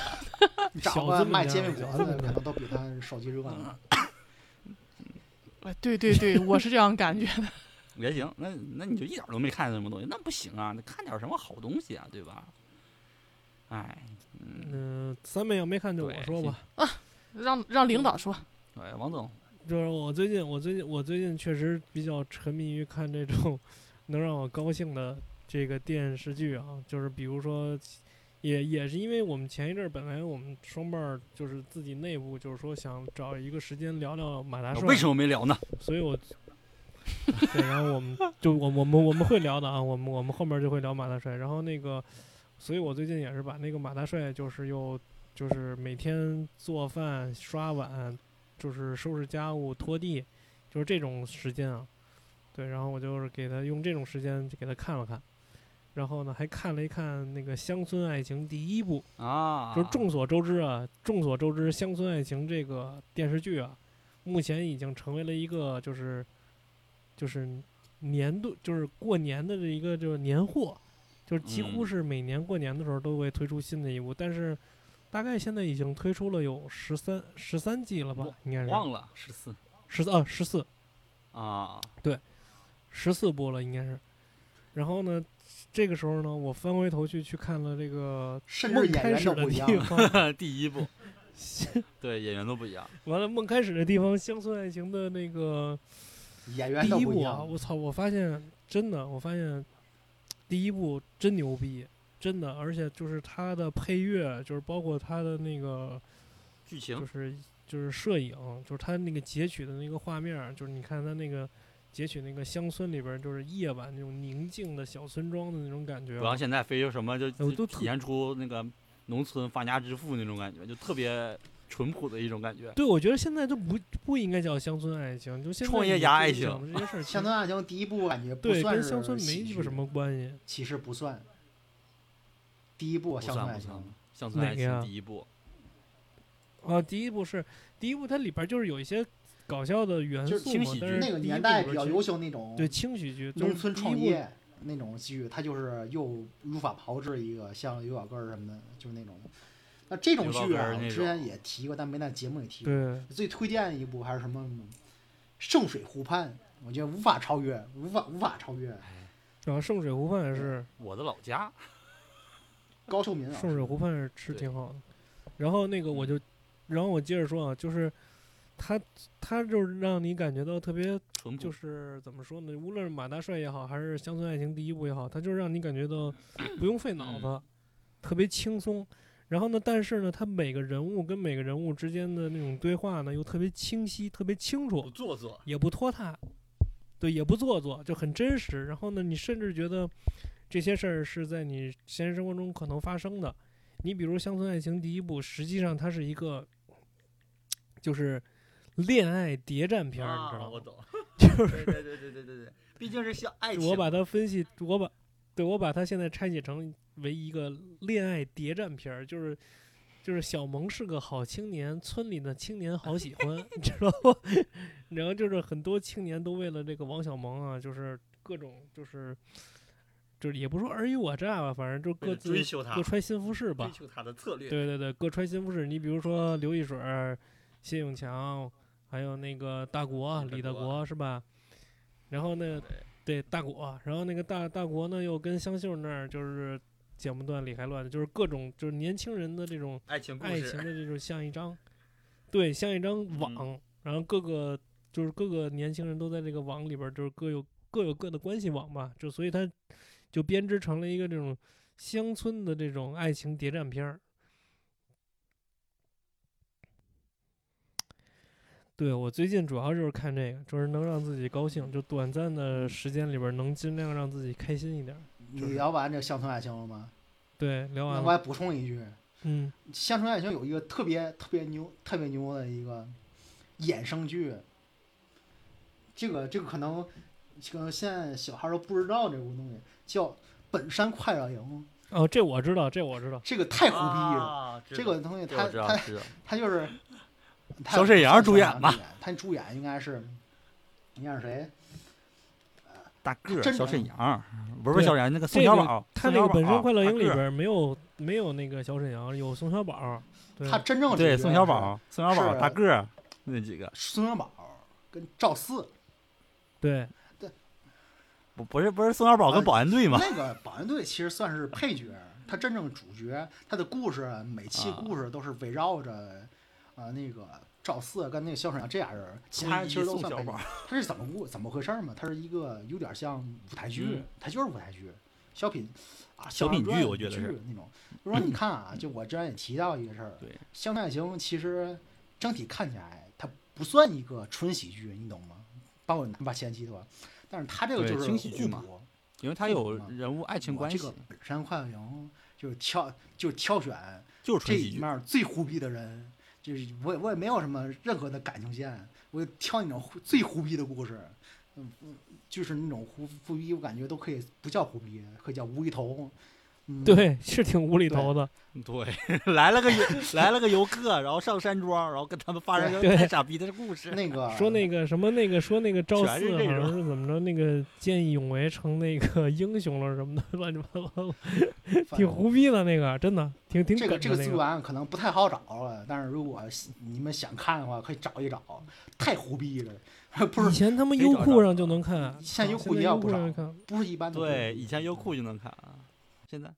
[SPEAKER 5] 你找
[SPEAKER 4] 小资
[SPEAKER 5] 个
[SPEAKER 4] 本
[SPEAKER 5] 卖
[SPEAKER 4] 家
[SPEAKER 5] 煎饼
[SPEAKER 4] 小
[SPEAKER 5] 果
[SPEAKER 4] 资本
[SPEAKER 5] 子的，可
[SPEAKER 4] 家
[SPEAKER 5] 能都比他手机热闹。
[SPEAKER 4] 嗯
[SPEAKER 6] 哎对对对，我是这样感觉 的。
[SPEAKER 8] 也行。那那你就一点都没看见什么东西，那不行啊！你看点什么好东西啊，对吧？哎，嗯，
[SPEAKER 4] 嗯，三妹要没看就我
[SPEAKER 8] 对
[SPEAKER 4] 说吧。
[SPEAKER 6] 让让领导说，
[SPEAKER 8] 哎，王总，
[SPEAKER 4] 就是我最近，我最近，我最近确实比较沉迷于看这种 能让我高兴的这个电视剧啊，就是比如说，也也是因为我们前一阵儿本来我们双伴儿就是自己内部就是说想找一个时间聊聊马大帅，
[SPEAKER 8] 啊为什么没聊呢？
[SPEAKER 4] 所以我，对，然后我们就我我们我们会聊的啊，我们我们后面就会聊马大帅，然后那个，所以我最近也是把那个马大帅就是又就是每天做饭、刷碗，就是收拾家务、拖地，就是这种时间啊，对，然后我就是给他用这种时间就给他看了看。然后呢，还看了一看那个《乡村爱情》第一部，
[SPEAKER 8] 啊，
[SPEAKER 4] 就是众所周知啊，众所周知，《乡村爱情》这个电视剧啊，目前已经成为了一个就是就是年度就是过年的这一个就是年货，就是几乎
[SPEAKER 8] 嗯
[SPEAKER 4] 是每年过年的时候都会推出新的一部，但是大概现在已经推出了有十三十三季了吧
[SPEAKER 8] 我，
[SPEAKER 4] 应该是
[SPEAKER 8] 忘了十四
[SPEAKER 4] 十啊十四
[SPEAKER 8] 啊，
[SPEAKER 4] 十四部了应该是，然后呢，这个时候呢，我翻回头去去看了这个
[SPEAKER 5] 甚至
[SPEAKER 4] 梦
[SPEAKER 5] 演
[SPEAKER 4] 开
[SPEAKER 5] 员
[SPEAKER 4] 始
[SPEAKER 5] 都
[SPEAKER 4] 的
[SPEAKER 5] 不一
[SPEAKER 4] 地
[SPEAKER 5] 样，
[SPEAKER 4] 方。
[SPEAKER 8] 第一部，对，演员都不一样。
[SPEAKER 4] 完了，梦开始的地方，乡村爱情的那个
[SPEAKER 5] 演员都
[SPEAKER 4] 第一
[SPEAKER 5] 不一
[SPEAKER 4] 部啊，
[SPEAKER 5] 样。
[SPEAKER 4] 我操！我发现真的，我发现第一部真牛逼，真的，而且就是它的配乐，就是包括它的那个，
[SPEAKER 8] 剧
[SPEAKER 4] 就
[SPEAKER 8] 情
[SPEAKER 4] 是就是摄影，就是它那个截取的那个画面儿，就是你看它那个截取那个乡村里边儿，就是夜晚那种宁静的小村庄的那种感觉
[SPEAKER 8] 不像
[SPEAKER 4] 啊，
[SPEAKER 8] 现在非就什么
[SPEAKER 1] 哎
[SPEAKER 8] 就
[SPEAKER 4] 我
[SPEAKER 8] 就
[SPEAKER 4] 都特
[SPEAKER 8] 体现出那个农村发家致富那种感觉，就特别淳朴的一种感觉。
[SPEAKER 4] 对，我觉得现在就不不应该叫乡村爱情，就现在
[SPEAKER 8] 创业
[SPEAKER 4] 你
[SPEAKER 8] 家
[SPEAKER 4] 就
[SPEAKER 8] 爱
[SPEAKER 4] 讲的这些事儿，
[SPEAKER 5] 乡村爱情第一部感觉不
[SPEAKER 4] 啊对
[SPEAKER 5] 算
[SPEAKER 4] 跟
[SPEAKER 5] 是
[SPEAKER 4] 乡村没
[SPEAKER 5] 喜剧
[SPEAKER 4] 有什么关系。
[SPEAKER 5] 其实不算。第一部
[SPEAKER 8] 不
[SPEAKER 5] 乡
[SPEAKER 8] 算
[SPEAKER 5] 村
[SPEAKER 8] 不
[SPEAKER 5] 爱
[SPEAKER 8] 算
[SPEAKER 5] 情，，
[SPEAKER 8] 乡村爱
[SPEAKER 4] 哪个呀
[SPEAKER 8] 情第一部，
[SPEAKER 4] 啊，第一部是第一部，它里边儿就是有一些搞笑的元
[SPEAKER 5] 就是
[SPEAKER 4] 素
[SPEAKER 8] 轻
[SPEAKER 4] 嘛，
[SPEAKER 8] 喜
[SPEAKER 4] 但
[SPEAKER 8] 剧
[SPEAKER 4] 是
[SPEAKER 5] 那个
[SPEAKER 4] 第一
[SPEAKER 5] 年
[SPEAKER 4] 部
[SPEAKER 5] 代
[SPEAKER 4] 里边
[SPEAKER 5] 比较
[SPEAKER 4] 其实
[SPEAKER 5] 流行那种
[SPEAKER 4] 对轻喜剧，就是
[SPEAKER 5] 农村
[SPEAKER 4] 第一
[SPEAKER 5] 创
[SPEAKER 4] 部
[SPEAKER 5] 业那种剧，它就是又如法炮制一个，像刘小根儿什么的，就是那种。那这种
[SPEAKER 8] 刘老
[SPEAKER 5] 剧
[SPEAKER 8] 根
[SPEAKER 5] 啊
[SPEAKER 8] 儿，那
[SPEAKER 5] 我之
[SPEAKER 8] 种
[SPEAKER 5] 前也提过，但没在节目里提过。
[SPEAKER 4] 对
[SPEAKER 5] 最推荐一部还是什么《圣水湖畔》，我觉得无法超越，无法无法超越。
[SPEAKER 4] 然后圣水湖畔也是，
[SPEAKER 8] 我的老家
[SPEAKER 5] 高秀敏老
[SPEAKER 4] 圣水
[SPEAKER 5] 师，
[SPEAKER 4] 湖畔是是
[SPEAKER 8] 对
[SPEAKER 4] 挺好的。然后那个
[SPEAKER 5] 嗯
[SPEAKER 4] 我就，然后我接着说啊，就是他他就是让你感觉到特别，
[SPEAKER 8] 淳朴
[SPEAKER 4] 就。是怎么说呢？无论是马大帅也好，还是乡村爱情第一部也好，他就是让你感觉到不用费脑子，特别轻松。然后呢，但是呢，他每个人物跟每个人物之间的那种对话呢，又特别清晰，特别清楚。
[SPEAKER 8] 不做作，
[SPEAKER 4] 也不拖沓，对，也不做作，就很真实。然后呢，你甚至觉得这些事儿是在你现实生活中可能发生的。你比如《乡村爱情》第一部，实际上它是一个就是恋爱谍战片儿，你
[SPEAKER 2] 啊
[SPEAKER 4] 知道吗？
[SPEAKER 1] 懂，
[SPEAKER 4] 就是
[SPEAKER 1] 对对对对对对对，毕竟是像爱情，
[SPEAKER 4] 我把它分析，我把对我把它现在拆解成为一个恋爱谍战片儿，就是就是小萌是个好青年，村里的青年好喜 欢，你知道吗？ 然后就是很多青年都为了这个王小萌啊，就是各种就是就是也不说尔虞我诈吧，反正就
[SPEAKER 1] 为
[SPEAKER 4] 各
[SPEAKER 1] 了
[SPEAKER 4] 自
[SPEAKER 1] 追求他
[SPEAKER 4] 各，穿新服饰吧
[SPEAKER 1] 追，求他的策略，
[SPEAKER 4] 对对对，各穿新服饰。你比如说刘一水儿、谢永强，还有那个大国
[SPEAKER 1] 李
[SPEAKER 4] 李
[SPEAKER 1] 大
[SPEAKER 4] 嗯大
[SPEAKER 1] 国
[SPEAKER 4] 国是吧？然后呢，对大国，然后那个大大国呢又跟香秀那儿就是剪不断理还乱，就是各种就是年轻人的这种
[SPEAKER 1] 爱情故
[SPEAKER 4] 爱
[SPEAKER 1] 事
[SPEAKER 4] 情， 的这种像一张，对，像一张网，
[SPEAKER 1] 嗯
[SPEAKER 4] 然后各个就是各个年轻人都在这个网里边儿，就是各有各有各的关系网吧，就所以它就编织成了一个这种乡村的这种爱情谍战片儿。对我最近主要就是看这个，就是能让自己高兴，就短暂的时间里边儿能尽量让自己开心一点儿。
[SPEAKER 5] 你聊完这乡村爱情了吗？
[SPEAKER 4] 对，聊
[SPEAKER 5] 那
[SPEAKER 4] 完
[SPEAKER 5] 我还
[SPEAKER 4] 了，
[SPEAKER 5] 补充一句，
[SPEAKER 4] 嗯，
[SPEAKER 5] 乡村爱情有一个特别特别牛、特别牛的一个衍生剧，这个这个可能可能现在小孩儿都不知道这个东西，叫《本山快乐营》，
[SPEAKER 4] 哦，这我知道，这我知道。
[SPEAKER 5] 这个太胡逼了。
[SPEAKER 1] 啊知
[SPEAKER 5] 这
[SPEAKER 1] 道
[SPEAKER 5] 个东西
[SPEAKER 1] 这我
[SPEAKER 5] 它
[SPEAKER 1] 知道
[SPEAKER 5] 它
[SPEAKER 1] 知道，
[SPEAKER 5] 它就是它
[SPEAKER 1] 小沈阳主演吧
[SPEAKER 5] 吧？他主演应该是应该是谁？
[SPEAKER 1] 大个儿
[SPEAKER 5] 真
[SPEAKER 1] 小
[SPEAKER 5] 的
[SPEAKER 1] 沈阳，不是
[SPEAKER 4] 对
[SPEAKER 1] 小沈阳，那个宋
[SPEAKER 4] 这
[SPEAKER 1] 小
[SPEAKER 4] 个
[SPEAKER 1] 宝，
[SPEAKER 4] 他
[SPEAKER 1] 宋
[SPEAKER 4] 那
[SPEAKER 1] 小
[SPEAKER 4] 个《本
[SPEAKER 1] 宝
[SPEAKER 4] 身快乐
[SPEAKER 1] 大
[SPEAKER 4] 营》里
[SPEAKER 1] 个儿
[SPEAKER 4] 边儿没有没有那个小沈阳，有宋小宝。对，
[SPEAKER 5] 他真正的
[SPEAKER 1] 对
[SPEAKER 5] 主角
[SPEAKER 1] 宋小
[SPEAKER 5] 是
[SPEAKER 1] 宝、宋小宝、
[SPEAKER 5] 是
[SPEAKER 1] 大个儿那几个，
[SPEAKER 5] 宋小宝跟赵四
[SPEAKER 4] 对
[SPEAKER 1] 不不是不是宋小宝跟
[SPEAKER 5] 啊
[SPEAKER 1] 保安队吗？
[SPEAKER 5] 那个保安队其实算是配角，他真正主角，他的故事每期
[SPEAKER 1] 啊
[SPEAKER 5] 故事都是围绕着，呃，那个赵四跟那个肖沈阳这俩人，其
[SPEAKER 1] 初
[SPEAKER 5] 他人
[SPEAKER 1] 一
[SPEAKER 5] 其实都
[SPEAKER 1] 宋
[SPEAKER 5] 算
[SPEAKER 1] 小
[SPEAKER 5] 配角
[SPEAKER 1] 宝。
[SPEAKER 5] 他是怎么故怎么回事儿嘛？他是一个有点像舞台剧
[SPEAKER 1] 嗯，
[SPEAKER 5] 他就是舞台剧，小品啊，
[SPEAKER 1] 小品剧
[SPEAKER 5] 二人转
[SPEAKER 1] 我觉得是
[SPEAKER 5] 剧那种。就说你看啊，就我之前也提到一个事儿，
[SPEAKER 1] 对
[SPEAKER 5] 《乡村爱情》其实整体看起来它不算一个纯喜剧，你懂吗？把我把前期的吧，但是他这个
[SPEAKER 1] 对
[SPEAKER 5] 就是
[SPEAKER 1] 轻喜剧
[SPEAKER 5] 互
[SPEAKER 1] 嘛
[SPEAKER 5] 补
[SPEAKER 1] 因为他有人物爱情
[SPEAKER 5] 我
[SPEAKER 1] 关系，
[SPEAKER 5] 嗯这个本山快乐营就是挑就是挑选
[SPEAKER 1] 就是
[SPEAKER 5] 这
[SPEAKER 1] 纯喜
[SPEAKER 5] 里
[SPEAKER 1] 剧
[SPEAKER 5] 面，儿最胡逼的人，就是我也我也没有什么任何的感情线，我就挑那种胡最胡逼的故事，嗯，嗯就是那种胡胡逼，我感觉都可以不叫胡逼，可以叫无厘头。嗯，，
[SPEAKER 4] 对，是挺无厘头的。
[SPEAKER 1] 嗯对， 来了个游来了个游客，然后上山庄，然后跟他们发生一个
[SPEAKER 4] 对
[SPEAKER 1] 太傻逼的故事，
[SPEAKER 5] 那个
[SPEAKER 4] 说那个什么那个说那个赵
[SPEAKER 1] 全是
[SPEAKER 4] 四
[SPEAKER 1] 这
[SPEAKER 4] 好像
[SPEAKER 1] 种
[SPEAKER 4] 是怎么着，那个见义勇为成那个 英雄了什么的，乱七八糟的，
[SPEAKER 5] 反
[SPEAKER 4] 挺胡逼的那个，真的挺挺
[SPEAKER 5] 这
[SPEAKER 4] 梗
[SPEAKER 5] 个
[SPEAKER 4] 的
[SPEAKER 5] 这个
[SPEAKER 4] 那
[SPEAKER 5] 资
[SPEAKER 4] 个。
[SPEAKER 5] 源可能不太好找了，但是如果你们想看的话，可以找一找，太胡逼了， 不
[SPEAKER 4] 以
[SPEAKER 5] 是
[SPEAKER 4] 前他们
[SPEAKER 1] 可以
[SPEAKER 4] 优
[SPEAKER 1] 找
[SPEAKER 4] 酷
[SPEAKER 1] 找
[SPEAKER 4] 上就能看，啊
[SPEAKER 5] 现在优
[SPEAKER 4] 优
[SPEAKER 5] 酷一样
[SPEAKER 4] 上
[SPEAKER 5] 不少
[SPEAKER 4] 能看。
[SPEAKER 5] 不是一般的胡逼。
[SPEAKER 1] 对，哎以前优酷就能看啊，现在，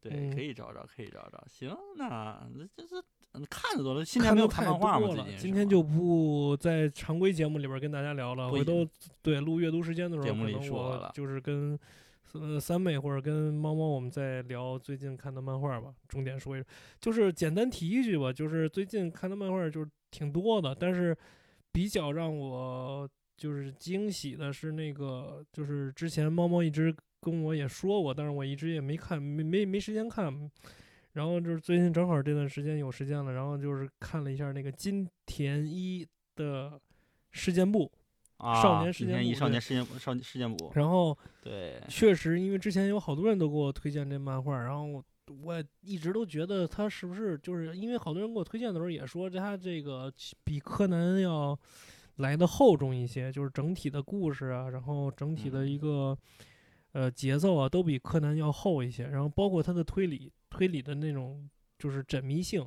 [SPEAKER 1] 对，
[SPEAKER 4] 嗯
[SPEAKER 1] 可以找找，可以找找。行，那这这这看的多了，今天
[SPEAKER 4] 看
[SPEAKER 1] 没有
[SPEAKER 4] 得
[SPEAKER 1] 看
[SPEAKER 4] 太
[SPEAKER 1] 漫画
[SPEAKER 4] 多
[SPEAKER 1] 吗？
[SPEAKER 4] 了
[SPEAKER 1] 最近
[SPEAKER 4] 今
[SPEAKER 1] 是
[SPEAKER 4] 天
[SPEAKER 1] 吗
[SPEAKER 4] 就不在常规节目里边跟大家聊了，
[SPEAKER 1] 不
[SPEAKER 4] 回
[SPEAKER 1] 一
[SPEAKER 4] 头对录阅读时间的时候，
[SPEAKER 1] 节
[SPEAKER 4] 可
[SPEAKER 1] 目里
[SPEAKER 4] 能
[SPEAKER 1] 说
[SPEAKER 4] 我
[SPEAKER 1] 了
[SPEAKER 4] 就是跟呃三妹或者跟猫猫我们再聊最近看的漫画吧，重点说一说，就是简单提一句吧，就是最近看的漫画就是挺多的，但是比较让我就是惊喜的是那个，就是之前猫猫一直跟我也说过，但是我一直也没看，没没没时间看。然后就是最近正好这段时间有时间了，然后就是看了一下那个金田一的事件簿，
[SPEAKER 1] 啊，
[SPEAKER 4] 少年事
[SPEAKER 1] 今
[SPEAKER 4] 件
[SPEAKER 1] 天一
[SPEAKER 4] 簿
[SPEAKER 1] 少
[SPEAKER 4] 对
[SPEAKER 1] 年事件簿少年事件 簿，
[SPEAKER 4] 然后
[SPEAKER 1] 对，
[SPEAKER 4] 确实，因为之前有好多人都给我推荐这漫画，然后我我一直都觉得他是不是就是因为好多人给我推荐的时候也说他这个比柯南要来的厚重一些，就是整体的故事啊，然后整体的一个、呃节奏啊都比柯南要厚一些，然后包括他的推理推理的那种就是缜密性，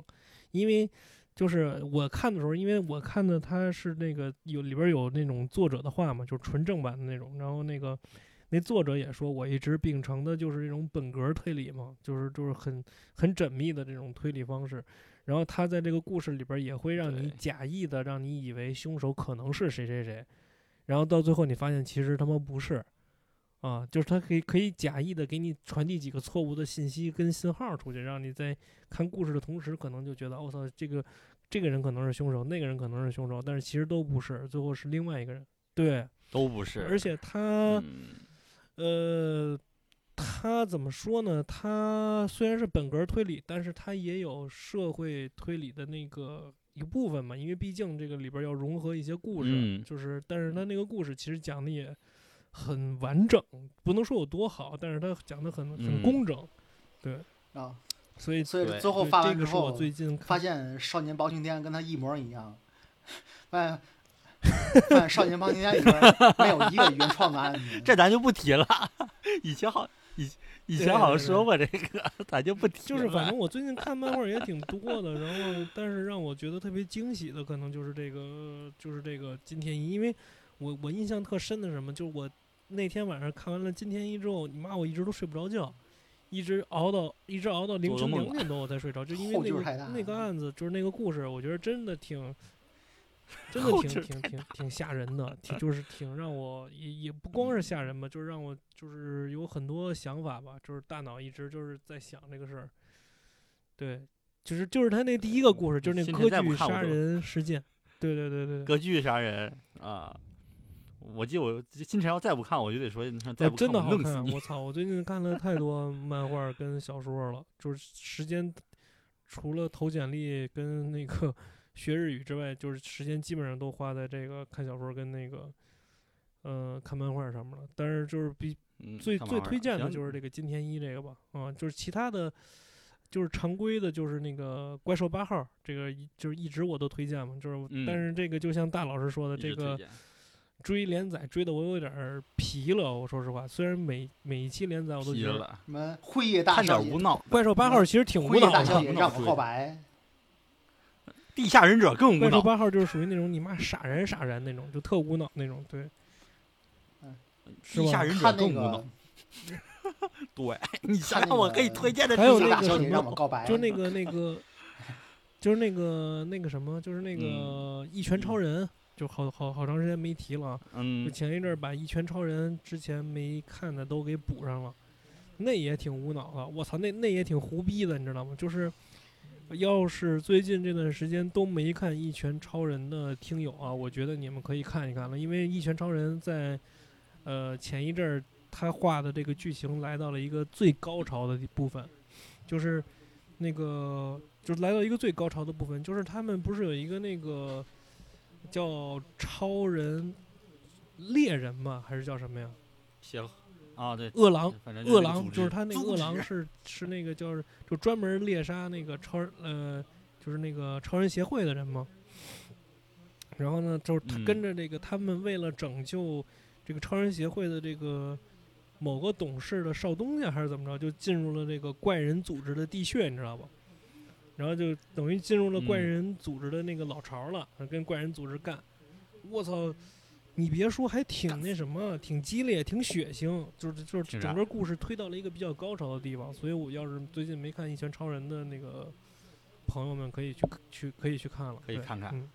[SPEAKER 4] 因为。就是我看的时候，因为我看的他是那个有里边有那种作者的话嘛，就是纯正版的那种。然后那个那作者也说，我一直秉承的就是这种本格推理嘛，就是就是很很缜密的这种推理方式。然后他在这个故事里边也会让你
[SPEAKER 1] 对
[SPEAKER 4] 假意的让你以为凶手可能是谁谁谁，然后到最后你发现其实他妈不是，啊，就是他可以可以假意的给你传递几个错误的信息跟信号出去，让你在看故事的同时可能就觉得我哦操、这个这个人可能是凶手，那个人可能是凶手，但是其实都不是，最后是另外一个人。对，
[SPEAKER 1] 都不是，
[SPEAKER 4] 而且他
[SPEAKER 1] 嗯
[SPEAKER 5] 嗯
[SPEAKER 4] 呃，他怎么说呢？他虽然是本格推理，但是他也有社会推理的那个一部分嘛，因为毕竟这个里边要融合一些故事，
[SPEAKER 1] 嗯
[SPEAKER 4] 就是，但是他那个故事其实讲的也很完整，不能说有多好，但是他讲的很很
[SPEAKER 1] 嗯
[SPEAKER 4] 工整，
[SPEAKER 5] 啊。
[SPEAKER 4] 所以
[SPEAKER 5] 所以
[SPEAKER 1] 对
[SPEAKER 5] 最后
[SPEAKER 4] 对
[SPEAKER 5] 发完
[SPEAKER 4] 这
[SPEAKER 5] 之
[SPEAKER 4] 个是我
[SPEAKER 5] 后，
[SPEAKER 4] 最近
[SPEAKER 5] 发
[SPEAKER 4] 看
[SPEAKER 5] 现少年包青天跟他一模一样，发现发现少年包青天里边没有一个原 创的案子。
[SPEAKER 1] 这咱就不提了。 以前好，以以前好像说过这个，咱就不提了。
[SPEAKER 4] 就是反正我最近看漫画也挺多 的，然后但是让我觉得特别惊喜的，可能就是这个，就是这个金田一，因为我我印象特深的是什么，就是我那天晚上看完了金田一之后，你妈我一直都睡不着觉，一直熬到一直熬到凌
[SPEAKER 1] 做
[SPEAKER 4] 晨
[SPEAKER 1] 噩梦
[SPEAKER 4] 两
[SPEAKER 1] 了
[SPEAKER 4] 点多我才睡着，就因为
[SPEAKER 5] 后
[SPEAKER 4] 那
[SPEAKER 5] 劲儿太大
[SPEAKER 4] 个那个案子就是那个故事，我觉得真的 挺。真的
[SPEAKER 1] 后劲
[SPEAKER 4] 挺
[SPEAKER 1] 儿
[SPEAKER 4] 挺挺挺吓人的， 挺就是挺让我也也不光
[SPEAKER 5] 嗯
[SPEAKER 4] 是吓人吧，就是让我就是有很多想法吧，就是大脑一直就是在想这个事儿。对，就是就是他那第一个故事，就是那
[SPEAKER 1] 现在
[SPEAKER 4] 歌
[SPEAKER 1] 再不
[SPEAKER 4] 剧
[SPEAKER 1] 看我
[SPEAKER 4] 杀
[SPEAKER 1] 都
[SPEAKER 4] 人事件。对对对对对，
[SPEAKER 1] 歌剧杀人啊！我记得我新晨要再不看，我就得说你看再
[SPEAKER 4] 我
[SPEAKER 1] 不
[SPEAKER 4] 呃真的
[SPEAKER 1] 我
[SPEAKER 4] 好
[SPEAKER 1] 弄死
[SPEAKER 4] 看！啊
[SPEAKER 1] 你。
[SPEAKER 4] 我操，我最近看了太多漫画跟小说了，就是时间除了投简历跟那个 学日语之外，就是时间基本上都花在这个看小说跟那个呃看漫画上面了。但是就是比
[SPEAKER 1] 嗯
[SPEAKER 4] 最
[SPEAKER 1] 看
[SPEAKER 4] 最
[SPEAKER 1] 漫画
[SPEAKER 4] 推荐的
[SPEAKER 1] 行嗯
[SPEAKER 4] 就是这个金田一这个吧，啊，就是其他的，就是常规的，就是那个怪兽八号，这个一就是一直我都推荐嘛，就是我、
[SPEAKER 1] 嗯
[SPEAKER 4] 但是这个就像大老师说的，
[SPEAKER 1] 一直
[SPEAKER 4] 这
[SPEAKER 1] 推
[SPEAKER 4] 个
[SPEAKER 1] 荐
[SPEAKER 4] 追连载追的我有点儿疲了，我说实话，虽然每每一期连载我都
[SPEAKER 1] 疲
[SPEAKER 4] 觉得
[SPEAKER 1] 了，
[SPEAKER 5] 什么辉夜大
[SPEAKER 1] 看点儿
[SPEAKER 5] 小
[SPEAKER 1] 无
[SPEAKER 5] 姐，
[SPEAKER 1] 脑。
[SPEAKER 4] 怪兽八号其实挺
[SPEAKER 5] 辉
[SPEAKER 4] 无
[SPEAKER 5] 夜
[SPEAKER 4] 脑
[SPEAKER 5] 大小
[SPEAKER 4] 的，
[SPEAKER 5] 姐
[SPEAKER 1] 无脑
[SPEAKER 5] 让我
[SPEAKER 1] 追
[SPEAKER 5] 告白，
[SPEAKER 1] 地下忍者更无
[SPEAKER 4] 怪兽
[SPEAKER 1] 脑，
[SPEAKER 4] 八号就是属于那种你妈傻人傻人那种，就特无脑那种，对，是
[SPEAKER 1] 地下
[SPEAKER 4] 吧
[SPEAKER 1] 忍者
[SPEAKER 5] 看那
[SPEAKER 1] 更无
[SPEAKER 5] 个
[SPEAKER 1] 脑。 对，你想想
[SPEAKER 5] 看那
[SPEAKER 1] 我
[SPEAKER 5] 个
[SPEAKER 1] 可以推荐的
[SPEAKER 4] 还有
[SPEAKER 5] 辉夜
[SPEAKER 4] 那
[SPEAKER 5] 大
[SPEAKER 4] 个
[SPEAKER 5] 小
[SPEAKER 4] 什
[SPEAKER 5] 姐
[SPEAKER 4] 么
[SPEAKER 5] 让我告白，
[SPEAKER 4] 就是那个那 个，就是那个那个什么，就是
[SPEAKER 1] 嗯
[SPEAKER 4] 那个一拳超人，就好好好长时间没提了啊。就
[SPEAKER 1] 嗯，
[SPEAKER 4] 前一阵儿把《一拳超人》之前没看的都给补上了，那也挺无脑的。我操，那那也挺胡逼的，你知道吗？就是，要是最近这段时间都没看《一拳超人》的听友啊，我觉得你们可以看一看了，因为《一拳超人》在呃前一阵儿他画的这个剧情来到了一个最高潮的部分，就是那个就是来到一个最高潮的部分，就是他们不是有一个那个叫超人猎人吗？还是叫什么呀？
[SPEAKER 1] 行啊，对，
[SPEAKER 4] 饿狼。
[SPEAKER 1] 反正那个
[SPEAKER 4] 饿
[SPEAKER 1] 组
[SPEAKER 4] 狼就是
[SPEAKER 1] 织
[SPEAKER 4] 他那个
[SPEAKER 1] 组
[SPEAKER 4] 饿狼
[SPEAKER 1] 织
[SPEAKER 4] 是是那个叫是就专门猎杀那个超人呃就是那个超人协会的人嘛。然后呢，就是他
[SPEAKER 1] 嗯
[SPEAKER 4] 跟着这个、他们为了拯救这个超人协会的这个某个董事的少东家还是怎么着，就进入了这个怪人组织的地穴，你知道吧？然后就等于进入了怪
[SPEAKER 1] 嗯
[SPEAKER 4] 人组织的那个老巢了，跟怪人组织干。我操！你别说，还挺那什么，挺激烈，挺血腥，就是就是
[SPEAKER 1] 挺啥
[SPEAKER 4] 整个故事推到了一个比较高潮的地方。所以我要是最近没看《一拳超人》的那个朋友们，可以去去可以去看了，
[SPEAKER 1] 可以
[SPEAKER 4] 对
[SPEAKER 1] 看看
[SPEAKER 4] 嗯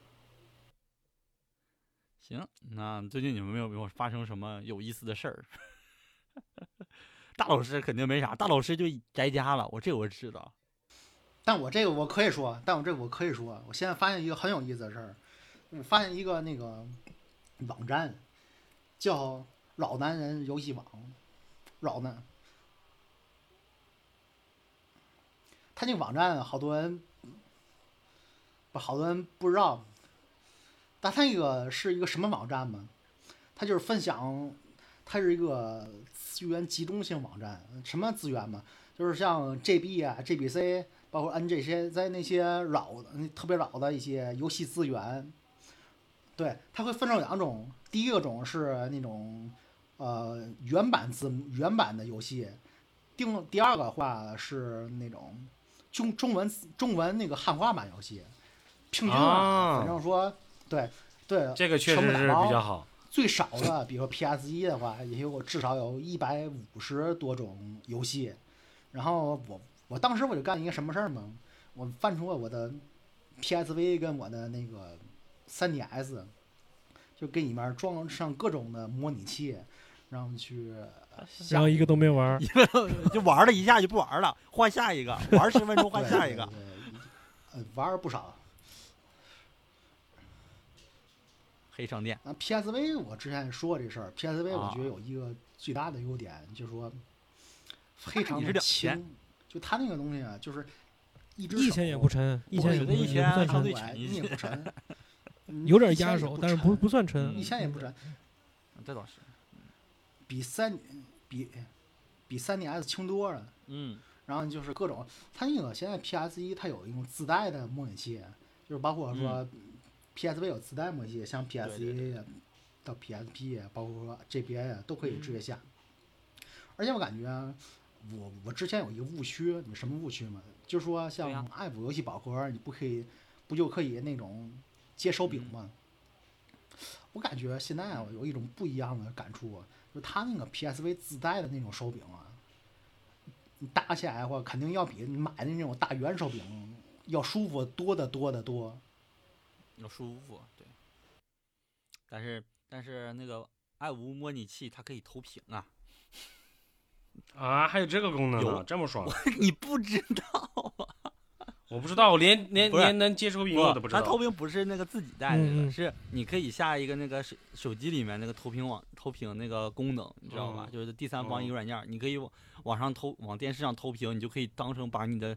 [SPEAKER 1] 行，那最近你们有没有发生什么有意思的事儿？ 大老师肯定没啥，大老师就宅家了，我这我知道。
[SPEAKER 5] 但我这个我可以说，但我这个我可以说，我现在发现一个很有意思的事儿，我发现一个那个网站叫“老男人游戏网”，老男，他那网站好多人不好多人不知道，但他那个是一个什么网站吗？他就是分享，它是一个资源集中性网站，什么资源嘛？就是像 GB 啊、GBC。包括 N 这些在那些老的、那特别老的一些游戏资源，对，它会分成两种。第一个种是那种呃原版字母原版的游戏，定第二个话是那种中中文中文那个汉化版游戏，平均
[SPEAKER 9] 啊
[SPEAKER 5] 反正说对对，
[SPEAKER 9] 这个确实
[SPEAKER 5] 成本
[SPEAKER 9] 是
[SPEAKER 5] 高
[SPEAKER 9] 比较好。
[SPEAKER 5] 最少的，比如说 PS 一的话，也有至少有一百五十多种游戏。然后我我当时我就干了一个什么事儿嘛，我翻出了我的 PSV 跟我的那个 3DS，就给里面装上各种的模拟器，然后去
[SPEAKER 1] 啊
[SPEAKER 5] 呃下
[SPEAKER 4] 然后一个都没玩儿，
[SPEAKER 1] 就玩了一下就不玩了，换下一个，玩十分钟换
[SPEAKER 5] 对
[SPEAKER 1] 下一个
[SPEAKER 5] 对。对呃，玩儿不少。
[SPEAKER 1] 黑商店。
[SPEAKER 5] 那 PSV 我之前也说过这事儿，PSV 我
[SPEAKER 1] 啊
[SPEAKER 5] 觉得有一个最大的优点，就是说非常
[SPEAKER 1] 你是
[SPEAKER 5] 的
[SPEAKER 1] 两千
[SPEAKER 5] 轻，就它那个东西啊，就是一只
[SPEAKER 4] 一千也不
[SPEAKER 5] 沉，
[SPEAKER 1] 哦
[SPEAKER 4] 沉，一
[SPEAKER 5] 我
[SPEAKER 4] 千
[SPEAKER 5] 觉
[SPEAKER 4] 也不
[SPEAKER 5] 得一
[SPEAKER 4] 也不
[SPEAKER 1] 千
[SPEAKER 4] 算
[SPEAKER 1] 相
[SPEAKER 5] 看
[SPEAKER 1] 对
[SPEAKER 4] 沉，
[SPEAKER 5] 过来
[SPEAKER 1] 沉一
[SPEAKER 5] 你也
[SPEAKER 1] 些
[SPEAKER 5] 不沉，嗯
[SPEAKER 4] 有点
[SPEAKER 5] 一千
[SPEAKER 4] 压
[SPEAKER 5] 也
[SPEAKER 4] 手，
[SPEAKER 5] 不
[SPEAKER 4] 但是不
[SPEAKER 5] 沉嗯
[SPEAKER 4] 不算沉，嗯
[SPEAKER 5] 一千也不沉，
[SPEAKER 1] 嗯这倒是，
[SPEAKER 5] 比三比比三 DS 轻多了。
[SPEAKER 1] 嗯，
[SPEAKER 5] 然后就是各种，它那个现在 PS 一它有一种自带的模拟器，就是包括说 PSV 有自带模拟器，像 PS
[SPEAKER 1] 嗯对
[SPEAKER 5] 一到 PSP，包括说 GBA 啊都可以
[SPEAKER 1] 嗯
[SPEAKER 5] 直接下。而且我感觉啊，我我之前有一个误区，你们什么误区吗？就是说
[SPEAKER 1] 对
[SPEAKER 5] 像
[SPEAKER 1] 呀
[SPEAKER 5] App 游戏宝盒，你不可以不就可以那种接手柄吗？我感觉现在啊，我有一种不一样的感触啊，就它那个 PSV 自带的那种手柄啊，你搭起来的话，肯定要比你买的那种大圆手柄要舒服多得多得多。
[SPEAKER 1] 要舒服，对。但是但是那个爱无模拟器它可以投屏啊，
[SPEAKER 9] 啊，还有这个功能呢
[SPEAKER 1] 有，
[SPEAKER 9] 这么爽！
[SPEAKER 1] 你不知道啊？
[SPEAKER 9] 我不知道，我连连
[SPEAKER 1] 不是
[SPEAKER 9] 连能接触屏幕我都不知
[SPEAKER 1] 它投
[SPEAKER 9] 道。
[SPEAKER 1] 屏不是那个自己带的，
[SPEAKER 4] 嗯嗯
[SPEAKER 1] 是你可以下一个那个手手机里面那个投屏网投屏那个功能，你知道吧？
[SPEAKER 9] 嗯
[SPEAKER 1] 就是第三方
[SPEAKER 9] 嗯
[SPEAKER 1] 一个软件儿，你可以往往上投，往电视上投屏，你就可以当成把你的。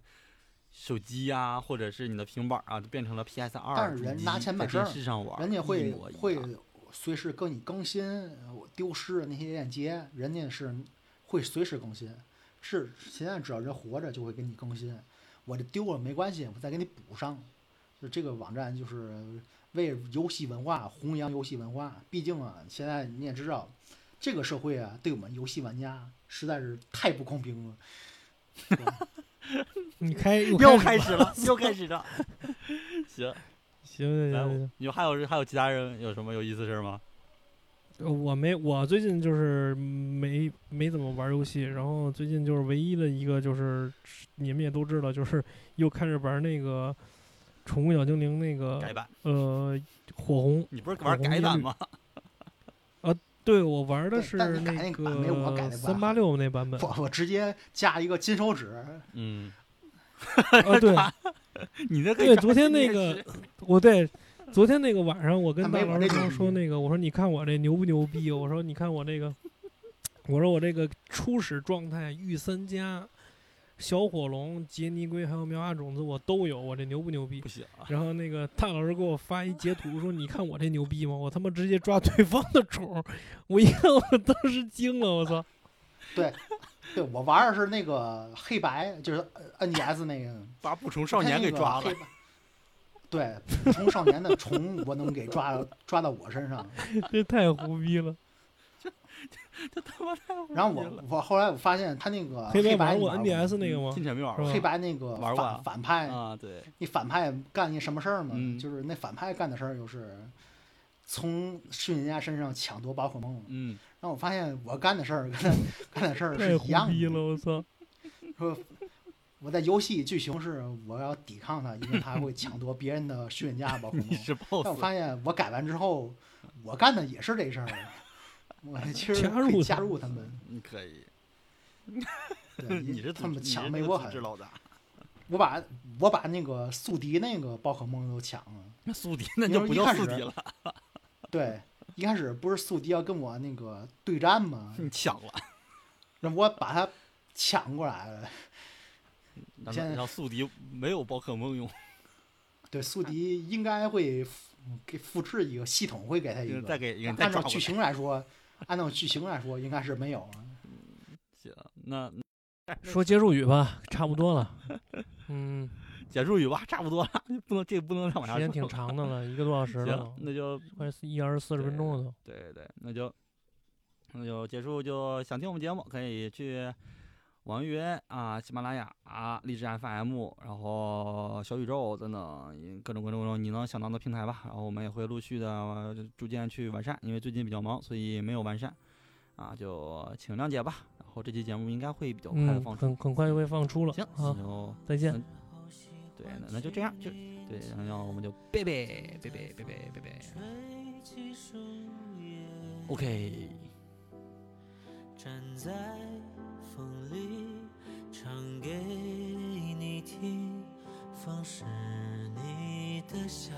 [SPEAKER 1] 手机呀、或者是你的平板儿啊，就变成了 PS
[SPEAKER 5] 但
[SPEAKER 1] 二
[SPEAKER 5] 是
[SPEAKER 1] 主
[SPEAKER 5] 人
[SPEAKER 1] 机，
[SPEAKER 5] 拿钱
[SPEAKER 1] 在
[SPEAKER 5] 办事儿
[SPEAKER 1] 电视上玩儿，
[SPEAKER 5] 人家
[SPEAKER 1] 一
[SPEAKER 5] 会
[SPEAKER 1] 模一
[SPEAKER 5] 会
[SPEAKER 1] 样
[SPEAKER 5] 随时跟你更新我丢失的那些链接，人家是会随时更新。是现在只要人活着就会给你更新，我这丢了没关系，我再给你补上。就这个网站就是为游戏文化弘扬游戏文化，毕竟啊，现在你也知道，这个社会啊对我们游戏玩家实在是太不公平了。
[SPEAKER 4] 你开
[SPEAKER 1] 又
[SPEAKER 4] 又
[SPEAKER 1] 开
[SPEAKER 4] 开
[SPEAKER 1] 始 了，又开始了。行，
[SPEAKER 4] 行行
[SPEAKER 1] 来
[SPEAKER 4] 行
[SPEAKER 1] 我
[SPEAKER 4] 行。
[SPEAKER 1] 你还有还有其他人有什么有意思的事儿吗？
[SPEAKER 4] 呃，我没，我最近就是没没怎么玩游戏，然后最近就是唯一的一个就是你们也都知道，就是 又开始玩那个《宠物小精灵》那
[SPEAKER 1] 改
[SPEAKER 4] 个
[SPEAKER 1] 版，
[SPEAKER 4] 呃火红，
[SPEAKER 1] 你不是玩改版吗？
[SPEAKER 4] 对我玩的
[SPEAKER 5] 对
[SPEAKER 4] 是
[SPEAKER 5] 但你改那个版没我改
[SPEAKER 4] 个
[SPEAKER 5] 那
[SPEAKER 4] 三
[SPEAKER 5] 版
[SPEAKER 4] 八六那版本
[SPEAKER 5] 我我直接加一个金手指，
[SPEAKER 1] 嗯，
[SPEAKER 4] 啊，对
[SPEAKER 1] 你那个
[SPEAKER 4] 对，昨天那个我对。昨天那个晚上，我跟
[SPEAKER 5] 他
[SPEAKER 4] 大
[SPEAKER 5] 没
[SPEAKER 4] 老
[SPEAKER 5] 玩
[SPEAKER 4] 师
[SPEAKER 5] 那
[SPEAKER 4] 说
[SPEAKER 5] 种
[SPEAKER 4] 说那个，我说你看我这牛不牛逼？我说你看我这个，我说我这个初始状态御三家、小火龙、杰尼龟还有苗芽种子我都有，我这牛不牛逼
[SPEAKER 1] 不？行啊，
[SPEAKER 4] 然后那个大老师给我发一截图说：“你看我这牛逼吗？我他妈直接抓对方的宠儿！”我一看，我当时惊了，我操！
[SPEAKER 5] 对我玩的是那个黑白，就是 NDS 那个
[SPEAKER 1] 把捕虫少年给抓了
[SPEAKER 5] 黑。白。对，捕虫少年的虫我能给抓抓到我身上，
[SPEAKER 4] 这太胡逼了。
[SPEAKER 5] 啊然后我 我后来我发现他那个
[SPEAKER 4] 黑白
[SPEAKER 5] 白
[SPEAKER 4] 玩
[SPEAKER 5] 你
[SPEAKER 4] 过
[SPEAKER 5] 玩过吗
[SPEAKER 4] NDS 那个吗
[SPEAKER 1] 进？前没玩
[SPEAKER 4] 是吧
[SPEAKER 1] 过
[SPEAKER 5] 黑白那个
[SPEAKER 1] 玩过啊
[SPEAKER 5] 反反派，
[SPEAKER 1] 啊？对，
[SPEAKER 5] 那反派干一什么事儿吗？
[SPEAKER 1] 嗯
[SPEAKER 5] 就是那反派干的事儿就是从训练家身上抢夺宝可梦，
[SPEAKER 1] 嗯，
[SPEAKER 5] 然后我发现我干的事儿跟他干的事儿是
[SPEAKER 4] 太
[SPEAKER 5] 一样
[SPEAKER 4] 胡逼
[SPEAKER 5] 的
[SPEAKER 4] 了，。我操！
[SPEAKER 5] 说我在游戏剧情是我要抵抗他，因为他会抢夺别人的训练家宝可梦
[SPEAKER 1] 你。是
[SPEAKER 5] 但我
[SPEAKER 1] boss，
[SPEAKER 5] 发现我改完之后，我干的也是这事儿。我其实
[SPEAKER 4] 加
[SPEAKER 5] 可以
[SPEAKER 4] 入
[SPEAKER 5] 加
[SPEAKER 4] 他
[SPEAKER 5] 入 他们，
[SPEAKER 1] 你嗯可以，
[SPEAKER 5] 对，
[SPEAKER 1] 你是
[SPEAKER 5] 他
[SPEAKER 1] 组
[SPEAKER 5] 们
[SPEAKER 1] 织
[SPEAKER 5] 抢
[SPEAKER 1] 你
[SPEAKER 5] 没
[SPEAKER 1] 是
[SPEAKER 5] 我
[SPEAKER 1] 那个组织
[SPEAKER 5] 狠。
[SPEAKER 1] 老大，
[SPEAKER 5] 我把我把那个宿敌那个宝可梦都抢了。
[SPEAKER 1] 那宿敌那就不叫宿敌了，
[SPEAKER 5] 对，一开始不是宿敌要跟我那个对战吗？
[SPEAKER 4] 嗯
[SPEAKER 1] 你抢了，
[SPEAKER 5] 那我把他抢过来了。
[SPEAKER 1] 让让宿敌没有宝可梦用，
[SPEAKER 5] 对，宿敌应该会复给复制一个系统，会给他一
[SPEAKER 1] 再
[SPEAKER 5] 个。
[SPEAKER 1] 给人再
[SPEAKER 5] 哎按
[SPEAKER 1] 抓
[SPEAKER 5] 照
[SPEAKER 1] 过
[SPEAKER 5] 剧
[SPEAKER 1] 来。
[SPEAKER 5] 情来说，按照剧情来说，应该是没有啊。
[SPEAKER 1] 行，那
[SPEAKER 4] 说结束语吧，差不多了。嗯，
[SPEAKER 1] 结束语吧，差不多了， 不能这个不能再往
[SPEAKER 4] 时
[SPEAKER 1] 下说
[SPEAKER 4] 间
[SPEAKER 1] 了。
[SPEAKER 4] 挺长的了，一个多小时了
[SPEAKER 1] 行
[SPEAKER 4] 都，，
[SPEAKER 1] 那就
[SPEAKER 4] 快一小时四十分钟了都。
[SPEAKER 1] 对对对，那就那就结束，就想听我们节目可以去网易云啊、喜马拉雅啊、荔枝 FM，然后小宇宙等等也各种各种各种你能想到的平台吧。然后我们也会陆续的、呃逐渐去完善，因为最近比较忙，所以没有完善啊，就请谅解吧。然后这期节目应该会比较快的
[SPEAKER 4] 嗯，
[SPEAKER 1] 放出。
[SPEAKER 4] 很很快就会放出了。
[SPEAKER 1] 行，那
[SPEAKER 4] 啊，
[SPEAKER 1] 就
[SPEAKER 4] 再见。
[SPEAKER 1] 对，那那就这样，就对，然后我们就拜拜拜拜拜拜拜拜
[SPEAKER 2] 吹起树叶。
[SPEAKER 1] ，OK。
[SPEAKER 2] 站在风里唱给你听，风是你的笑